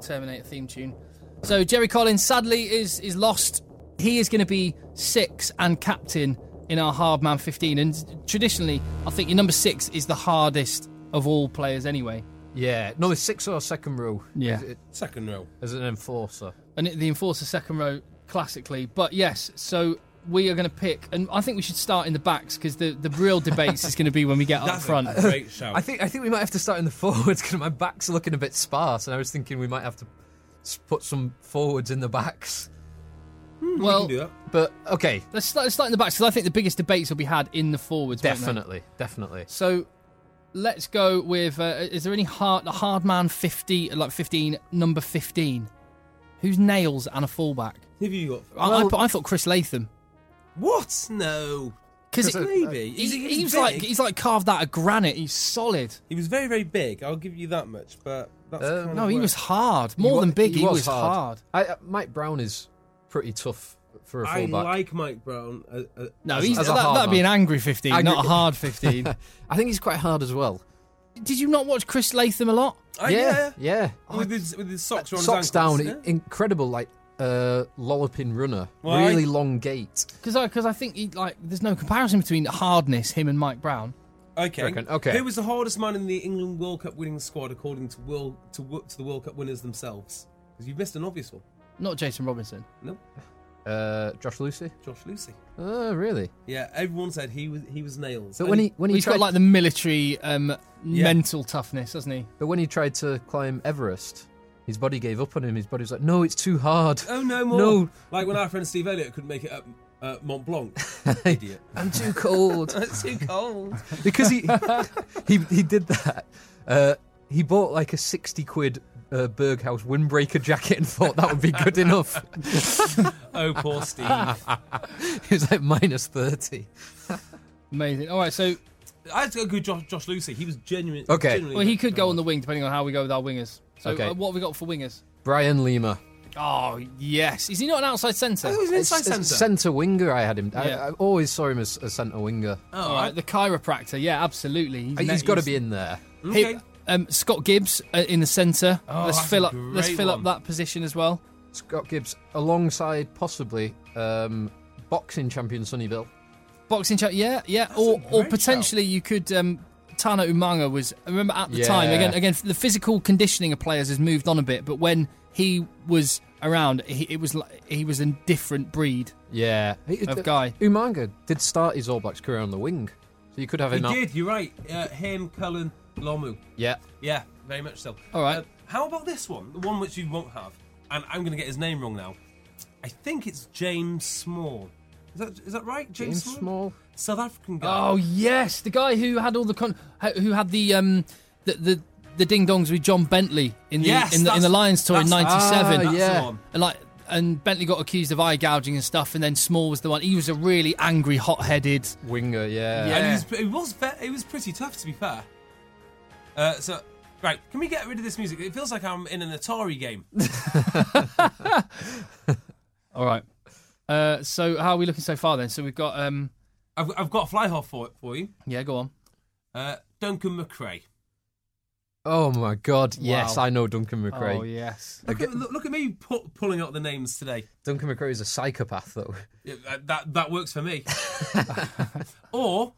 Terminator theme tune. So Jerry Collins sadly is is lost. He is going to be six and captain in our hard man 15. And traditionally, I think your number six is the hardest of all players anyway. Yeah. No, it's six or second row. Yeah. It- Second row. As an enforcer. and it- the enforcer second row classically. But yes, so we are going to pick, and I think we should start in the backs because the the real debates is going to be when we get up That's [laughs] front. a [laughs] great shout. I think I think we might have to start in the [laughs] forwards because my back's looking a bit sparse, and I was thinking we might have to s- put some forwards in the backs. we well, can do that. But okay, let's start, let's start in the backs because I think the biggest debates will be had in the forwards. won't they? definitely, definitely. So let's go with. Uh, is there any hard the hard man fifty like fifteen number fifteen? Who's nails and a fullback? Who have you got? I- I, put- I thought Chris Latham What? No. because Chris- he, Maybe. He's, he, he's was like big. he's like carved out of granite. He's solid. He was very, very big. I'll give you that much. But that's Uh, kind No, of he where- was hard. More than wa- big, he, was, hard. I, uh, Mike Brown is pretty tough for a I fullback. like Mike Brown. Uh, uh, No, As- he's, as a that, hard that'd be an man. angry 15, Angry- not a hard [laughs] 15. [laughs] I think he's quite hard as well. Did you not watch Chris Latham a lot? I- yeah, oh, Uh, yeah. With his, with his socks around Socks his ankles, down, yeah. i- incredible, like uh, lolloping runner, Well, I- really long gait. Because I, 'cause I think he, like there's no comparison between hardness, him and Mike Brown. Okay. Reckon- okay. Who was the hardest man in the England World Cup winning squad according to world to, wo- to the World Cup winners themselves? Because you've missed an obvious one. Not Jason Robinson. No, Uh, Josh Lucy. Josh Lucy. Oh, really? Yeah, everyone said he was he was nails. But And when he when he He's tried, got like the military um, Yeah. mental toughness, doesn't he? but when he tried to climb Everest, his body gave up on him. His body was like, no, it's too hard. oh no more. No. Like when our friend Steve Elliott couldn't make it up uh, Mont [laughs] Blanc. Idiot. [laughs] I'm too cold. It's too cold. [laughs] because he he he did that. Uh, he bought like a sixty quid uh, Berghaus windbreaker jacket and thought that would be good enough. [laughs] Oh, poor Steve. I He was like minus thirty. Amazing. All right, so had to go with Josh, Josh Lucy. He was genuine. Okay. genuinely well he good. could go on the wing depending on how we go with our wingers. So Okay. uh, what have we got for wingers? Brian Lima, Oh yes, is he not an outside centre? I Oh, thought he was an inside It's- centre. it's centre winger. I had him. I, Yeah. I always saw him as a centre winger. All right, the chiropractor. Yeah, absolutely. He's net- got to be in there. Okay. Hey, [laughs] um, Scott Gibbs uh, in the centre. Oh, let's that's fill a up. Let's great fill up one. that position as well. Scott Gibbs alongside possibly um, boxing champion Sonny Bill. Boxing chat, yeah, yeah, or a or great potentially you could. Um, Tana Umanga was. I remember at the Yeah. time again. Again, the physical conditioning of players has moved on a bit, but when he was around, he, it was like, he was a different breed. Yeah, He- Of guy. Umanga did start his All Blacks career on the wing, so you could have He him. out- did. You're right. Uh, him, Cullen, Lomu. Yeah, Yeah, very much so. All right. Uh, how about this one? The one which you won't have, and I'm going to get his name wrong now. I think it's James Small. Is that is that right? James Small. South African guy. Oh yes, the guy who had all the con- who had the um the the, the ding dongs with John Bentley in the Yes, in, the, in the that's- Lions tour in that's- '97. Ah, That's yeah. the one. And like and Bentley got accused of eye gouging and stuff, and then Small was the one. He was a really angry, hot-headed. winger. Yeah. And he was, it was ve- it was pretty tough to be fair. Uh, so right, can we get rid of this music? It feels like I'm in an Atari game. All right. Uh, so how are we looking so far then? So we've got um I've, I've got a fly half for for you. yeah, go on. Uh, Duncan McRae. Oh my God! Yes, Wow. I know Duncan McRae. Oh yes. Look at, look, look at me pu- pulling out the names today. Duncan McRae is a psychopath, though. Yeah, that- that that works for me. or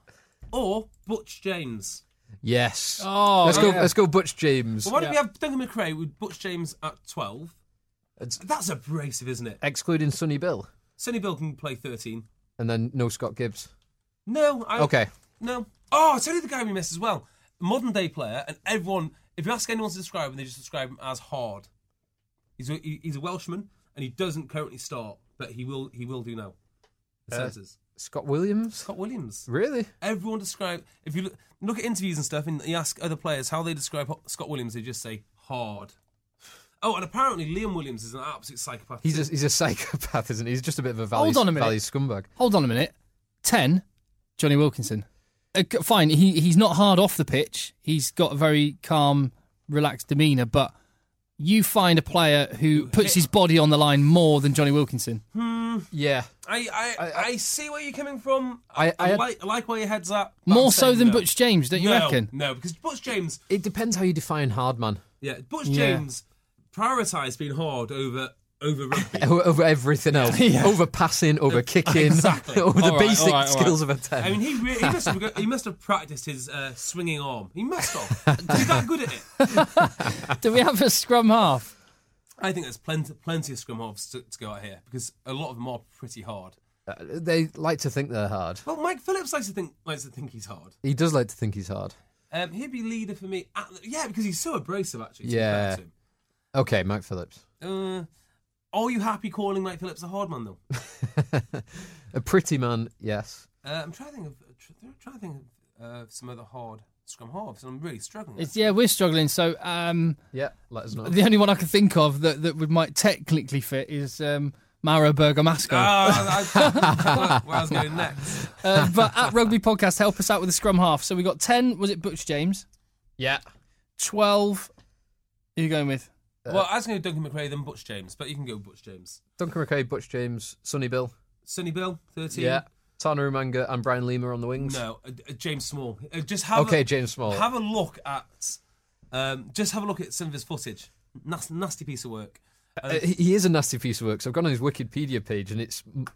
or Butch James. Yes. Oh, let's go. yeah. Let's go, Butch James. Well, why don't Yeah. we have Duncan McRae with Butch James at twelve? It's- That's abrasive, isn't it? Excluding Sonny Bill, Sonny Bill can play thirteen. and then no Scott Gibbs. No, I, Okay. no. Oh, I tell you the guy we missed as well. Modern day player, and everyone. If you ask anyone to describe him, they just describe him as hard. He's a, he- he's a Welshman, and he doesn't currently start, but he will he will do now. The Uh, census. Scott Williams. Scott Williams. Really? Everyone describe if you look, look at interviews and stuff, and you ask other players how they describe Scott Williams, they just say hard. Oh, and apparently Liam Williams is an absolute psychopath. He's too. a, [laughs] he's a psychopath, isn't he? He's just a bit of a valley, Hold on a minute. valley scumbag. Hold on a minute. 10, Johnny Wilkinson. Uh, c- fine, he, he's not hard off the pitch. He's got a very calm, relaxed demeanour, but you find a player who puts his body on the line more than Johnny Wilkinson. Hmm. Yeah. I, I, I, see where you're coming from. I, I- I, I had- like, I like where your head's at. but I'm More so saying than no. Butch James, don't you no, reckon? No, because Butch James, It depends how you define hard man. yeah, Butch Yeah. James prioritised being hard over over [laughs] rugby. Over, over everything else. Over passing, over kicking, Exactly. [laughs] over the All right, basic all right, all right. skills of a 10. I mean, he really, he, must have, he must have practiced his uh, swinging arm. He must have. He's that good at it. Do we have a scrum half? I think there's plenty, plenty of scrum halves to, to go out here because a lot of them are pretty hard. Uh, they like to think they're hard. Well, Mike Phillips likes to think likes to think he's hard. He does like to think he's hard. Um, he'd be leader for me. At the, yeah, because he's so abrasive. Actually, to be Yeah. fair to him. Okay, Mike Phillips. Uh, are you happy calling Mike Phillips a hard man though? a pretty man, yes. Uh, I'm trying to think of tr- trying to think of uh, some other hard scrum halves, and I'm really struggling. It's, yeah, we're struggling. So um, Yeah, let us know. the only one I can think of that, that would might technically fit is um, Mauro Bergamasco. Ah, [laughs] I- I- where I was going next. Uh, but at Rugby Podcast, help us out with the scrum half. So we got 10, was it Butch James? yeah. 12, who are you going with? Uh, Well, I was going to Duncan McRae, then Butch James, but you can go Butch James. Duncan McRae, Butch James, Sonny Bill. Sonny Bill, 13. Yeah. Tana Umanga and Brian Lima on the wings. No, uh, uh, James Small. Uh, just have Okay, a, James Small. Have a look at, um, just have a look at some of his footage. Nasty, nasty piece of work. Uh, he- he is a nasty piece of work. So I've gone on his Wikipedia page, and it's mm,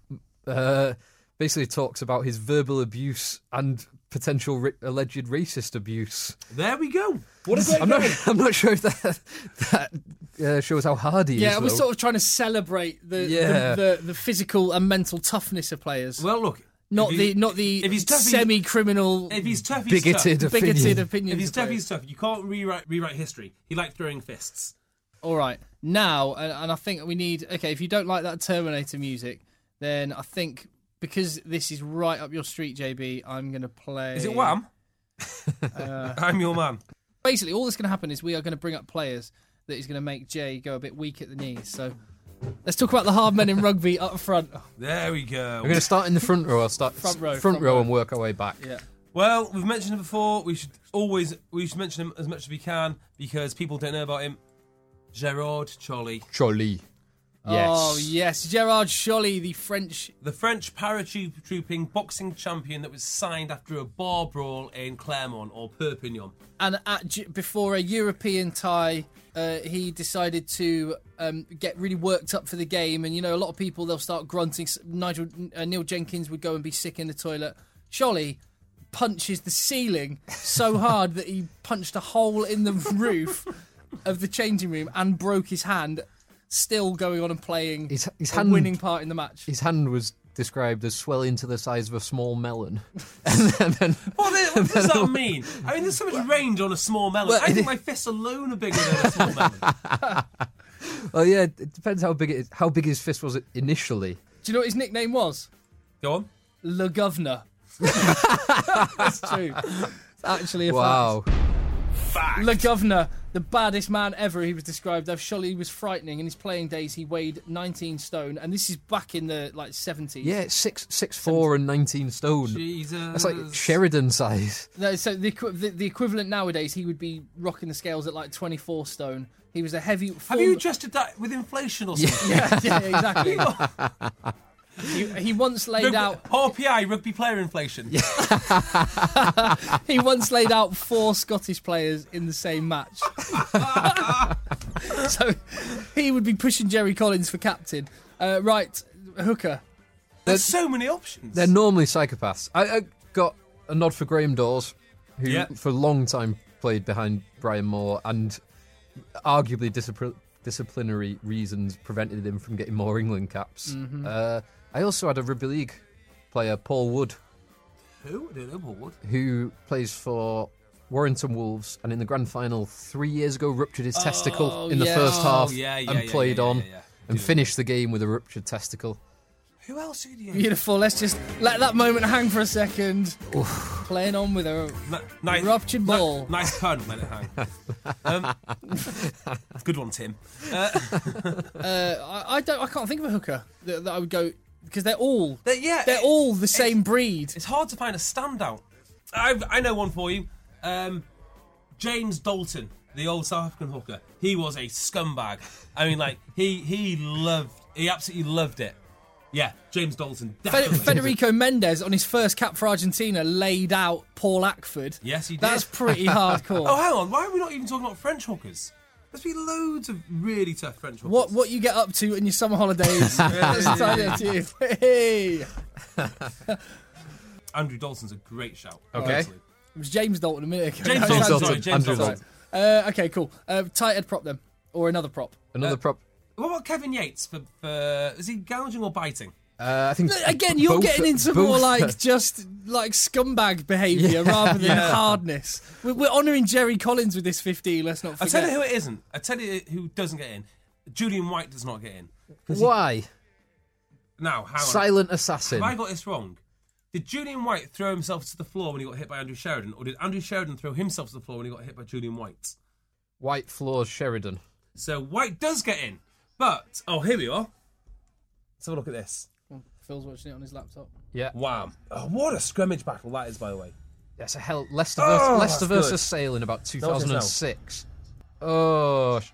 uh, basically talks about his verbal abuse and potential ri- alleged racist abuse. [laughs] There we go. What a great I'm not. guy. I'm not sure if that that uh, shows how hard he is. Yeah, we're though. sort of trying to celebrate the, Yeah. the, the the physical and mental toughness of players, Well, look. not if the he- not the if he's tough, he's- semi-criminal If he's tough, he's bigoted, tough. opinion. bigoted opinions. If he's of [laughs] tough, players. he's tough. You can't rewrite rewrite history. He liked throwing fists. All right, now, and, and I think we need. Okay, if you don't like that Terminator music, then I think because this is right up your street, JB, I'm going to play. Is it [laughs] Wham? Uh, I'm your man. Basically, all that's going to happen is we are going to bring up players that is going to make Jay go a bit weak at the knees. So let's talk about the hard men in rugby up front. There we go. We're going to start in the front row. I'll start Front row, front, front row, row. and work our way back. Yeah. Well, we've mentioned him before. We should always we should mention him as much as we can because people don't know about him. Gerard Cholley, Jolie. Yes. Oh yes, Gerard Scholli, the French the French paratrooping boxing champion that was signed after a bar brawl in Clermont or Perpignan. and at, J- before a European tie, uh, he decided to um, get really worked up for the game. And you know, a lot of people they'll start grunting. S- Nigel uh, Neil Jenkins would go and be sick in the toilet. Sholly punches the ceiling [laughs] so hard that he punched a hole in the roof of the changing room and broke his hand. Still going on and playing His- his a hand- winning part in the match. His hand was described as swelling to the size of a small melon. [laughs] What, the- what does that mean? I mean, there's so much range on a small melon. Well, I it- think my fists alone are bigger than a small melon. [laughs] well, yeah, it depends how big it is, how big his fist was initially. Do you know what his nickname was? Go on. Le Governor. [laughs] That's true. It's actually a fact. Wow. Le Governor, the baddest man ever, he was described as. Surely he was frightening. In his playing days, he weighed 19 stone, and this is back in the like 70s. Yeah, it's six six four and nineteen stone. Jesus. That's like Sheridan size. No, so the, equi- the the equivalent nowadays, he would be rocking the scales at like 24 stone. He was a heavy. Have you adjusted that with inflation or [laughs] something? [laughs] yeah, yeah, exactly. he, he once laid Rugby- out RPI, rugby player inflation. he once laid out four Scottish players in the same match. [laughs] so he would be pushing Jerry Collins for captain. Uh, right, hooker. There's so many options. They're normally psychopaths. I, I got a nod for Graham Dawes, who Yeah. for a long time played behind Brian Moore and arguably discipl- disciplinary reasons prevented him from getting more England caps. Mm-hmm. Uh, I also had a rugby league player, Paul Wood, Who? I don't know, but what? who plays for Warrington Wolves and in the grand final three years ago ruptured his testicle in the yes. first half Oh, yeah, yeah, and yeah, played yeah, on yeah, yeah. and finished the game with a ruptured testicle. Who else? Who do you? Beautiful. Let's just let that moment hang for a second. playing on with her Ni- Nice, ruptured ni- ball. nice pun. Let it hang. [laughs] Um, good one, Tim. I, I don't. I can't think of a hooker that, that I would go because they're all They- yeah, they're it- all the same breed. It's hard to find a standout. I I know one for you. Um, James Dalton, the old South African hooker. He was a scumbag. I mean, like he he loved. He absolutely loved it. Yeah, James Dalton. [laughs] Fe- Definitely. Federico Mendes on his first cap for Argentina laid out Paul Ackford. Yes, he did. That's [laughs] pretty hardcore. Oh, hang on. Why are we not even talking about French hookers? There's been loads of really tough French hookers. What what you get up to in your summer [laughs] holidays? That's entirely up to you. Hey. It Andrew Dalton's a great shout. Okay. Honestly. was James Dalton a minute ago. James No, Dalton, it's sorry, James Andrew Dalton. Dalton. Uh, okay, cool. Uh, tight head prop then, or another prop. Uh, Another prop. What about Kevin Yates? For, for is he gouging or biting? Uh, I think Again, you're both- getting into both- more like just like scumbag behaviour rather than hardness. We're, we're honouring Jerry Collins with this 15. Let's not I forget. tell you who it isn't. I tell you who doesn't get in. Julian White does not get in. why Now, how silent assassin. have I got this wrong? Did Julian White throw himself to the floor when he got hit by Andrew Sheridan, or did Andrew Sheridan throw himself to the floor when he got hit by Julian White? White floors Sheridan. So White does get in, but oh, here we are. Let's have a look at this. Phil's watching it on his laptop. Yeah, Wow, oh, what a scrimmage battle that is, by the way. that's a hell. Leicester, Oh, vers- that's Leicester good. versus Sale in about now. 2006. Oh, sh-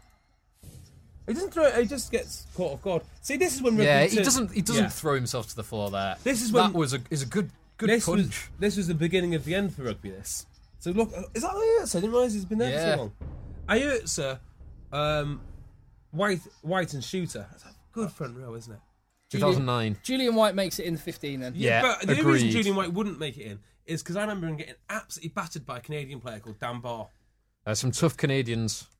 He doesn't throw. He just gets caught off guard. See, this is when rugby yeah. He turn- doesn't. He doesn't Yeah. throw himself to the floor there. This is when- that was a is a good good this punch. was this was the beginning of the end for rugby. This. So look, uh, is that Ayursa? I didn't realise he's been there Yeah. for so long. Ayursa, um, White, White and Shooter. That's a good front row, isn't it? 2009. Julian White makes it in the 15 then. Yeah, But the only reason agreed. Julian White wouldn't make it in is because I remember him getting absolutely battered by a Canadian player called Dan Barr. Uh, some tough Canadians. [laughs]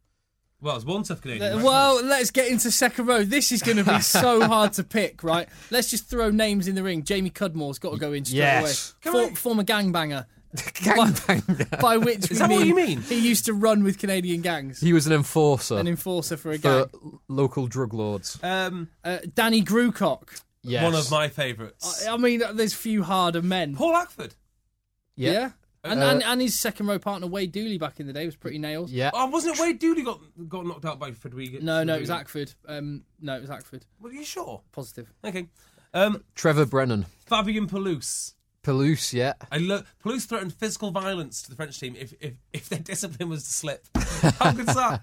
Well, it's one tough Canadian. Uh, right? Well, let's get into second row. This is going to be [laughs] so hard to pick, right? Let's just throw names in the ring. Jamie Cudmore's got to go in straight Yes. away. Can For, I- Former gangbanger. [laughs] Gangbanger. By which we that mean, what you mean? he used to run with Canadian gangs, He was an enforcer an enforcer for a gang. for local drug lords. um, Uh, Danny Grucock. yes. one of my favourites. I, I mean, there's few harder men. Paul Ackford. Yeah. Yeah. And, Uh, and and his second row partner Wade Dooley back in the day was pretty nailed. Yeah. Oh, wasn't it Wade Dooley got got knocked out by Frederica? No, no, it was Ackford. Um, no, it was Ackford. Were you sure? Positive. Okay. Um, Trevor Brennan. Fabian Palouse. Palouse, yeah. I lo- police threatened physical violence to the French team if, if, if their discipline was to slip. [laughs] How good's that?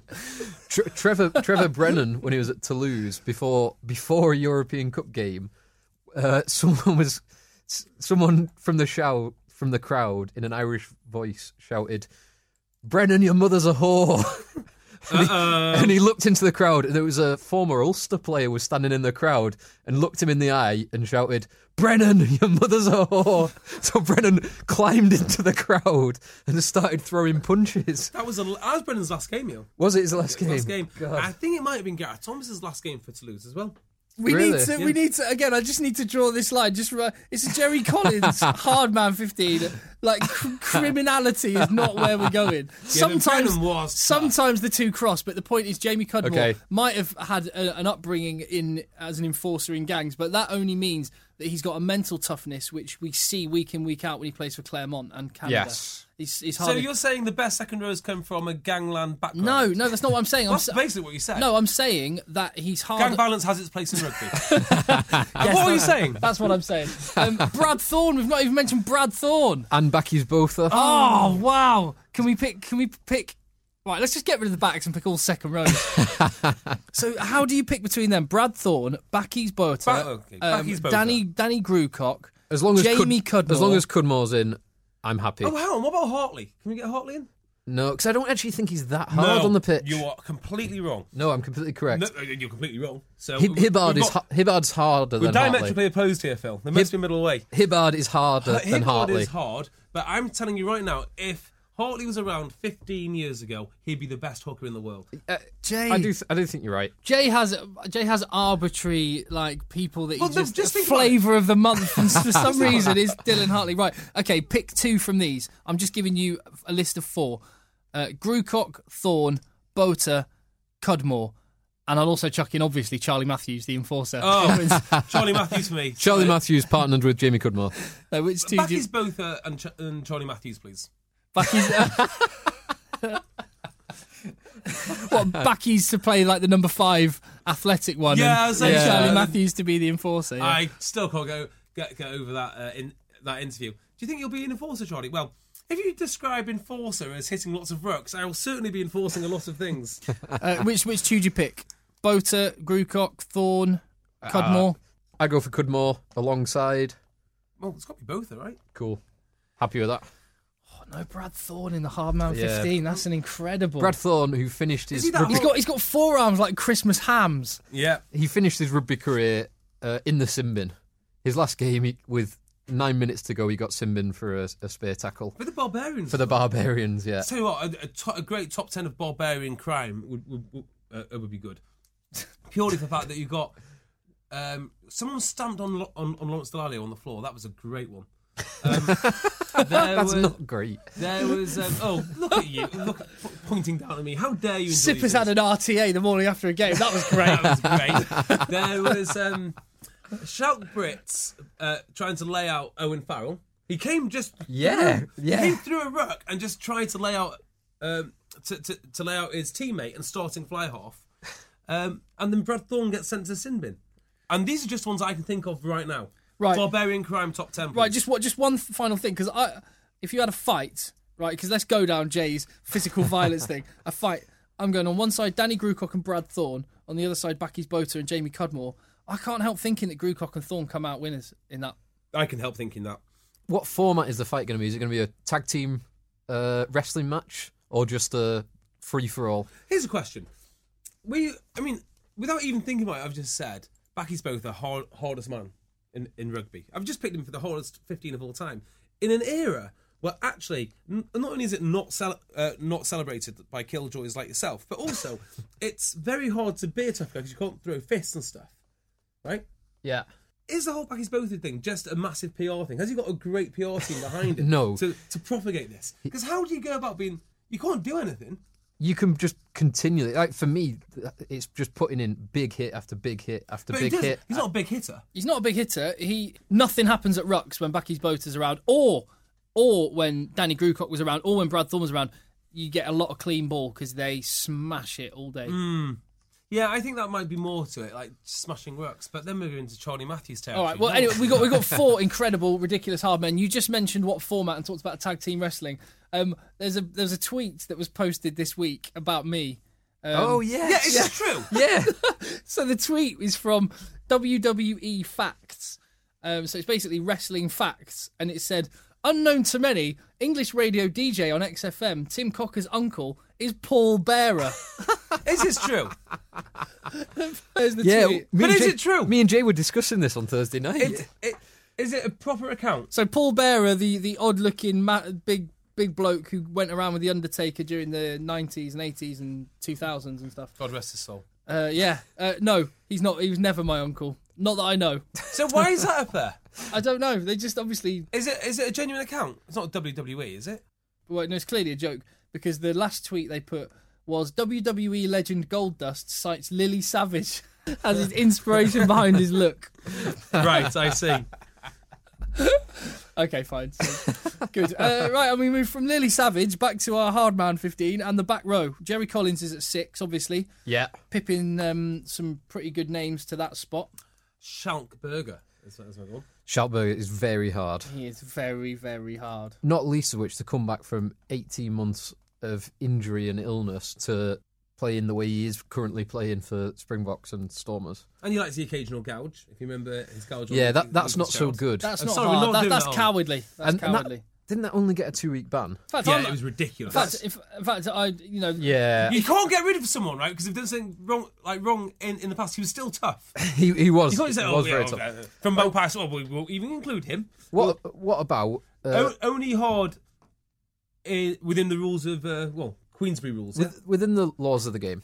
Tre- Trevor Trevor Brennan when he was at Toulouse before before a European Cup game, uh, [laughs] someone was s- someone from the shout from the crowd in an Irish voice shouted, "Brennan, your mother's a whore." [laughs] And he, and he looked into the crowd, and there was a former Ulster player was standing in the crowd and looked him in the eye and shouted, "Brennan, your mother's a whore!" [laughs] So Brennan climbed into the crowd and started throwing punches. That was, a, that was Brendan's last game, yo. Was it his last game? Last Oh, game. God. I think it might have been Gareth Thomas's last game for Toulouse as well. We need Really? to. We need to. Again, I just need to draw this line. Just ri- it's a Jerry [laughs] Collins hard man fifteen. Like cr- criminality is not where we're [laughs] going. but sometimes, Brennan was tough. sometimes the two cross. But the point is, Jamie Cudmore Okay. might have had a, an upbringing in as an enforcer in gangs, but that only means that he's got a mental toughness, which we see week in week out when he plays for Claremont and Canada. Yes. he's, he's So hardly- you're saying the best second rows come from a gangland background? no, no, that's not what I'm saying. I'm That's sa- basically what you said. no, I'm saying that he's hard. Gang violence has its place [laughs] in rugby. what are you saying? That's what I'm [laughs] saying. Um, Brad Thorne. We've not even mentioned Brad Thorne. And Becky's both up. Oh wow! Can we pick? Can we pick? Right, let's just get rid of the backs and pick all second [laughs] rows. so, how do you pick between them? Brad Thorne, Backy's Bota, Ba- okay, Bakis Bota. Danny Danny Grucock, As long as Jamie Cud- Cudmore. as long as Cudmore's in, I'm happy. Oh, hang on. What about Hartley? Can we get Hartley in? no, because I don't actually think he's that hard No, on the pitch. You are completely wrong. No, I'm completely correct. No, uh, you're completely wrong. So Hib- we- Hibbard we've is got- ha- Hibbard's harder We're than Hartley. diametrically opposed here, Phil. There must be a Hib- middle way. Hibbard is harder Hibbard than Hartley. is hard, but I'm telling you right now, if Hartley was around 15 years ago, he'd be the best hooker in the [laughs] world. Jay. I do. Th- I do think you're right. Jay has Jay has arbitrary like people that he Well, no, just, just the think about it. flavour of the month and for [laughs] some reason is Dylan Hartley. Right, okay, pick two from these. I'm just giving you a list of four: uh, Grucock, Thorne, Bota, Cudmore. And I'll also chuck in, obviously, Charlie Matthews, the enforcer. [laughs] Oh, Charlie Matthews for me. Uh, Charlie Matthews partnered with Jamie Cudmore. Uh, which two Back do you- is both uh, and, Ch- and Charlie Matthews, please. [laughs] Bucky's. what Bucky's to play like the number five athletic one? Yeah, I and was saying Charlie that. Matthews to be the enforcer. yeah. I still can't go get, get over that uh, in that interview. Do you think you'll be an enforcer, Charlie? Well, if you describe enforcer as hitting lots of rooks, I will certainly be enforcing a lot of [laughs] things. Uh, which which two do you pick? Boter, Grucock, Thorn, Cudmore. I go for Cudmore alongside. well, it's got to be both, all right? Cool. Happy with that. oh no, Brad Thorn in the hard man Yeah. fifteen. That's an incredible. Brad Thorne, who finished his he that rugby, he's got he's got forearms like Christmas hams. Yeah. he finished his rugby career uh, in the Simbin. His last game he, with nine minutes to go, he got Simbin for a, a spare tackle For the barbarians. for the barbarians. Yeah, Tell you what, a, a, to- a great top ten of barbarian crime would would, would, uh, uh, would be good. [laughs] Purely for the fact that you got um, someone stamped on Lo- on, on Lawrence Delalio on the floor. That was a great one. [laughs] Um, there that's were- not great. There was um, oh look at you look p- pointing down at me. How dare you? enjoy Sippers these had things? an RTA the morning after a game. That was [laughs] great. That [laughs] was great. there was um, shout Brits uh, trying to lay out Owen Farrell. He came just Yeah, through, yeah. came through a ruck and just tried to lay out um, to, to to lay out his teammate and starting fly half. Um, and then Brad Thorne gets sent to the sin bin. And these are just ones I can think of right now. Right. Barbarian crime top ten. Right, please. just what? Just one th- final thing, because I, if you had a fight, right? Because let's go down Jay's physical violence thing. A fight. I'm going on one side, Danny Grucock and Brad Thorne. On the other side, Backy's Boter and Jamie Cudmore. I can't help thinking that Grucock and Thorne come out winners in that. I can help thinking that. What format is the fight going to be? Is it going to be a tag team uh, wrestling match or just a free for all? Here's a question. We, I mean, without even thinking about it, I've just said Backy's both the hard, hardest man in, in rugby. I've just picked him for the hardest 15 of all time. In an era where actually, n- not only is it not cel- uh, not celebrated by killjoys like yourself, but [laughs] also it's very hard to be a tough guy because you can't throw fists and stuff, right? Yeah. Is the whole Backy's both thing just a massive PR thing? Has he got a great PR team behind it? [laughs] No. To, to propagate this? Because how do you go about being. You can't do anything. You can just continually like for me, it's just putting in big hit after big hit after But he big does, hit. he's not a big hitter. He's not a big hitter. He nothing happens at rucks when Backy's Boter's around, or or when Danny Grucock was around, or when Brad Thorne was around. You get a lot of clean ball because they smash it all day. Yeah, I think that might be more to it, like smashing works. But then we're going to Charlie Matthews territory. All right. Well, No. [laughs] anyway, we got we got four incredible, ridiculous hard men. You just mentioned what format and talked about tag team wrestling. Um, there's a there's a tweet that was posted this week about me. [laughs] oh yeah, yes. it's true. yeah. So the tweet is from WWE Facts. Um, so it's basically wrestling facts, and it said, unknown to many, English radio DJ on XFM, Tim Cocker's uncle is Paul Bearer. This is true. There's the Yeah, tweet. me But and is Jay- it true? Me and Jay were discussing this on Thursday night. [laughs] It, it, is it a proper account? So Paul Bearer, the the odd looking ma- big big bloke who went around with the Undertaker during the 90s and 80s and 2000s and stuff. God rest his soul. Uh, yeah. Uh, no, he's not. He was never my uncle. Not that I know. So why is [laughs] that up there? I don't know. They just obviously. Is it is it a genuine account? It's not WWE, is it? Well, no, it's clearly a joke because the last tweet they put was WWE legend Goldust cites Lily Savage [laughs] as his inspiration behind his look. [laughs] Right, I see. Okay, fine. So, good. Uh, right, and we move from Lily Savage back to our hard man 15 and the back row. Jerry Collins is at six, obviously. yeah. Pipping um, some pretty good names to that spot. [laughs] Shank Burger. That's what- that's what I call it. Schaubberger is very hard. He is very, very hard. Not least of which to come back from 18 months of injury and illness to playing the way he is currently playing for Springboks and Stormers. And he likes the occasional gouge. If you remember his gouge. on yeah, the- that that's the not so Charles. good. That's I'm not Uh, sorry, we're hard. not That- doing that's that one. cowardly. That's and, and that- cowardly. didn't that only get a two week ban? In fact, I'm Yeah, not- it was ridiculous. In fact, if, in fact, I you know Yeah, you can't get rid of someone, right? Because they've done something wrong, like wrong in, in the past. He was still tough. [laughs] he he [laughs] was You can't say, he "Oh, was yeah, very oh, tough. uh, From Bo Pass, well, we won't even include him. What what about uh, O- only hard uh, within the rules of uh, well Queensbury rules. with, within the laws of the game?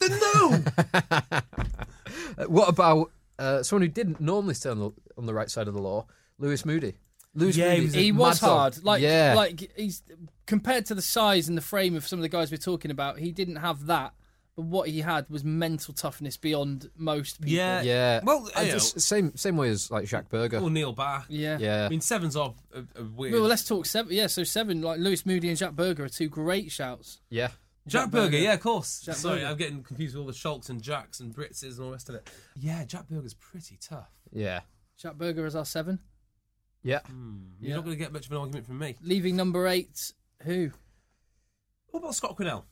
Then no, [laughs] Uh, what about uh, someone who didn't normally stay on the on the right side of the law? Lewis Moody. Lewis Yeah, he Moody. is was a he was mad dog. hard. Like yeah, like he's compared to the size and the frame of some of the guys we're talking about, he didn't have that. what he had was mental toughness beyond most people. Yeah. Yeah. Well, And you know- s- same same way as like Jack Berger. Or Oh, Neil Barr. Yeah. Yeah. I mean, sevens are a, a weird. Well, let's talk seven. Yeah, so seven, like Lewis Moody and Jack Berger are two great shouts. yeah. Jack, Jack Burger, Burger. yeah, of course. Jack Sorry, Burger. I'm getting confused with all the Shulks and Jacks and Britzes and all the rest of it. Yeah, Jack Burger's pretty tough. Yeah. Jack Berger is our seven. Yeah. You're not going to get much of an argument from me. Leaving number eight, who? What about Scott Quinnell?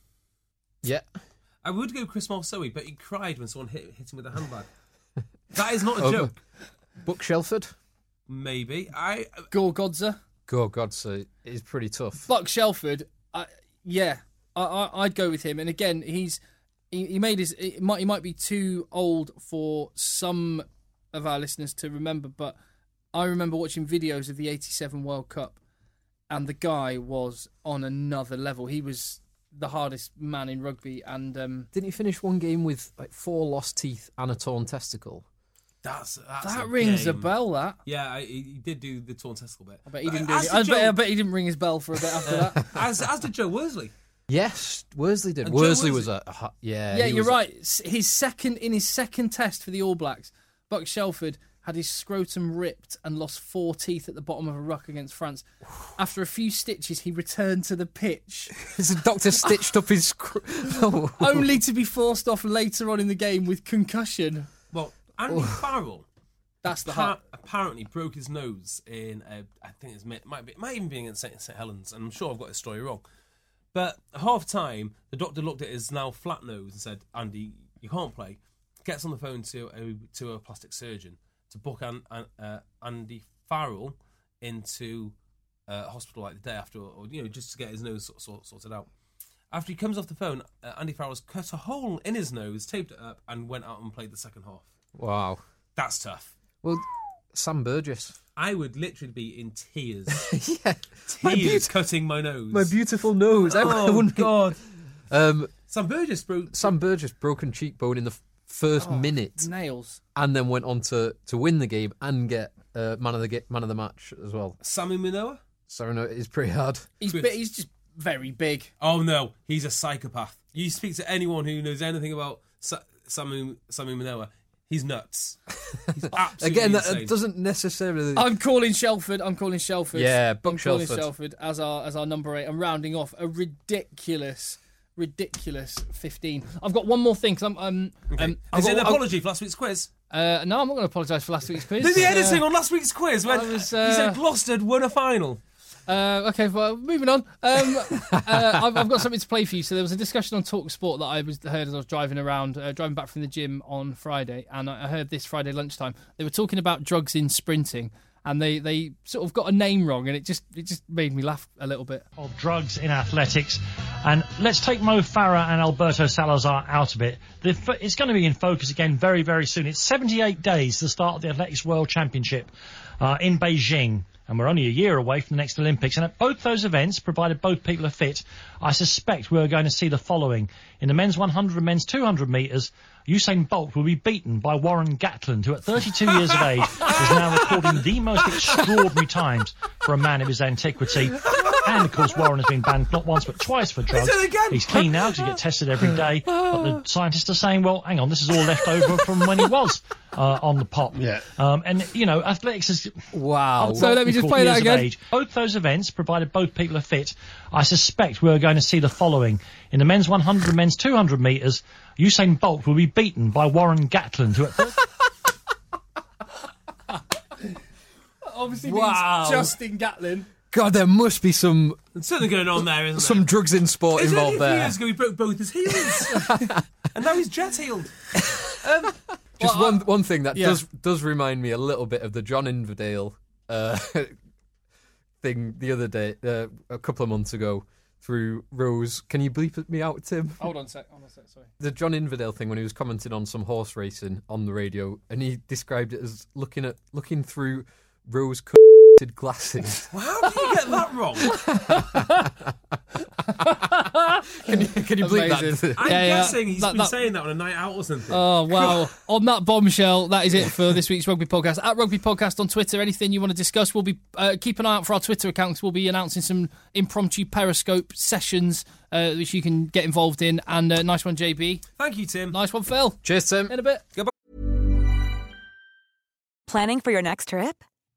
Yeah. I would go Chris Marsoe, but he cried when someone hit, hit him with a handbag. that is not a Oh, joke. Book Shelford. Maybe I. uh, Gore Godza. Oh God, so it's pretty tough. Buck Shelford. I, yeah, I, I, I'd go with him. And again, he's he, he made his. He might he might be too old for some of our listeners to remember, but I remember watching videos of the '87 World Cup, and the guy was on another level. He was the hardest man in rugby, and um, Didn't he finish one game with like four lost teeth and a torn testicle? That's, that's that a rings a game. Uh, bell. That. Yeah, I, he he did do the torn testicle bit. I bet he didn't do As it. did I bet, I Joe- bet he didn't ring his bell for a bit [laughs] after that. as as did Joe Worsley. Yes, Worsley did. And Joe Worsley Worsley- was a, a hu- yeah. Yeah, Uh, he you're was a- right. S His second in his second test for the All Blacks, Buck Shelford had his scrotum ripped and lost four teeth at the bottom of a ruck against France. [sighs] After a few stitches, he returned to the [laughs] pitch, [laughs] His doctor stitched up his. Cr- [laughs] oh. only to be forced off later on in the game with concussion. Well, Andy Farrell Oh. That's the appar- heart. apparently broke his nose in a, I think it's might might be might even be in St. St Helens, and I'm sure I've got his story wrong. But at half time, the doctor looked at his now flat nose and said, "Andy, you can't play." Gets on the phone to a to a plastic surgeon to book an, an, uh, Andy Farrell into uh, hospital like the day after, or you know, just to get his nose sort, sort, sorted out. After he comes off the phone, uh, Andy Farrell's cut a hole in his nose, taped it up, and went out and played the second half. Wow. That's tough. Well, Sam Burgess. I would literally be in tears. [laughs] yeah. [laughs] My, tears beauti- cutting my nose. my beautiful nose. I Oh, wouldn't- God. Um, Sam Burgess broke. [laughs] Sam Burgess broken cheekbone in the f- first Oh, minute, Nails. and then went on to, to win the game and get uh, man of the ga- man of the match as well. Sammy Minoa? So no, it's pretty hard. He's Good. bi- he's just very big. Oh, no. He's a psychopath. You speak to anyone who knows anything about Sa- Sammy, Sammy Minoa, he's nuts. [laughs] He's absolutely Again, that insane. Oh, that doesn't necessarily. I'm calling Shelford. I'm calling Shelford. Yeah, I'm Buck calling Shelford. Shelford as our as our number eight. I'm rounding off a ridiculous, ridiculous fifteen. I've got one more thing 'cause I'm um, um I've Is it got- an apology for last week's quiz? Uh, no, I'm not going to apologise for last [laughs] week's quiz. Did the Uh, editing on last week's quiz when I was, you uh, said Gloucester had won a final. Uh, okay, well, moving on. Um, uh, I've, I've got something to play for you. So there was a discussion on Talk Sport that I was heard as I was driving around, uh, driving back from the gym on Friday, and I I heard this Friday lunchtime. They were talking about drugs in sprinting, and they, they sort of got a name wrong, and it just it just made me laugh a little bit. of drugs in athletics. And let's take Mo Farah and Alberto Salazar out of it. The, f- it's going to be in focus again very, very soon. It's 78 days to the start of the Athletics World Championship uh, in Beijing. And we're only a year away from the next Olympics. And at both those events, provided both people are fit, I suspect we're going to see the following. In the men's 100 and men's 200 metres, Usain Bolt will be beaten by Warren Gatland, who at 32 years of age is now recording the most extraordinary times for a man of his antiquity. And of course, Warren has been banned not once but twice for drugs. it again? He's clean now because he gets tested every day. But the scientists are saying, well, hang on, this is all left over from when he was uh, on the pot. Yeah. Um, and, you know, athletics is. wow. So let me just Equal play that years of again. age. Both those events, provided both people are fit, I suspect we're going to see the following. In the men's 100 and men's 200 metres, Usain Bolt will be beaten by Warren Gatland, who at Obviously, Wow. means Justin Gatlin. God, there must be some There's something going on there, isn't some drugs in sport there? It's only a involved few there. years ago he broke both his heels. [laughs] and now he's jet heeled. Just one one thing that uh, yeah. does does remind me a little bit of the John Inverdale uh, [laughs] thing the other day, uh, a couple of months ago. Through Rose, can you bleep me out, Tim? Hold on a sec. Hold on a sec. Sorry. The John Inverdale thing when he was commenting on some horse racing on the radio, and he described it as looking at looking through rose tinted glasses. [laughs] How do you get that wrong? Can you, can you believe that? Amazing. I'm Yeah, yeah. guessing he's That- been that- saying that on a night out or something. Oh wow! on that bombshell, that is it for this week's rugby podcast. At rugby podcast on Twitter, anything you want to discuss, we'll be uh, keep an eye out for our Twitter account 'cause we'll be announcing some impromptu Periscope sessions uh, which you can get involved in. And uh, nice one, JB. Thank you, Tim. Nice one, Phil. [laughs] Cheers, Tim. In a bit. Planning for your next trip?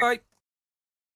Bye.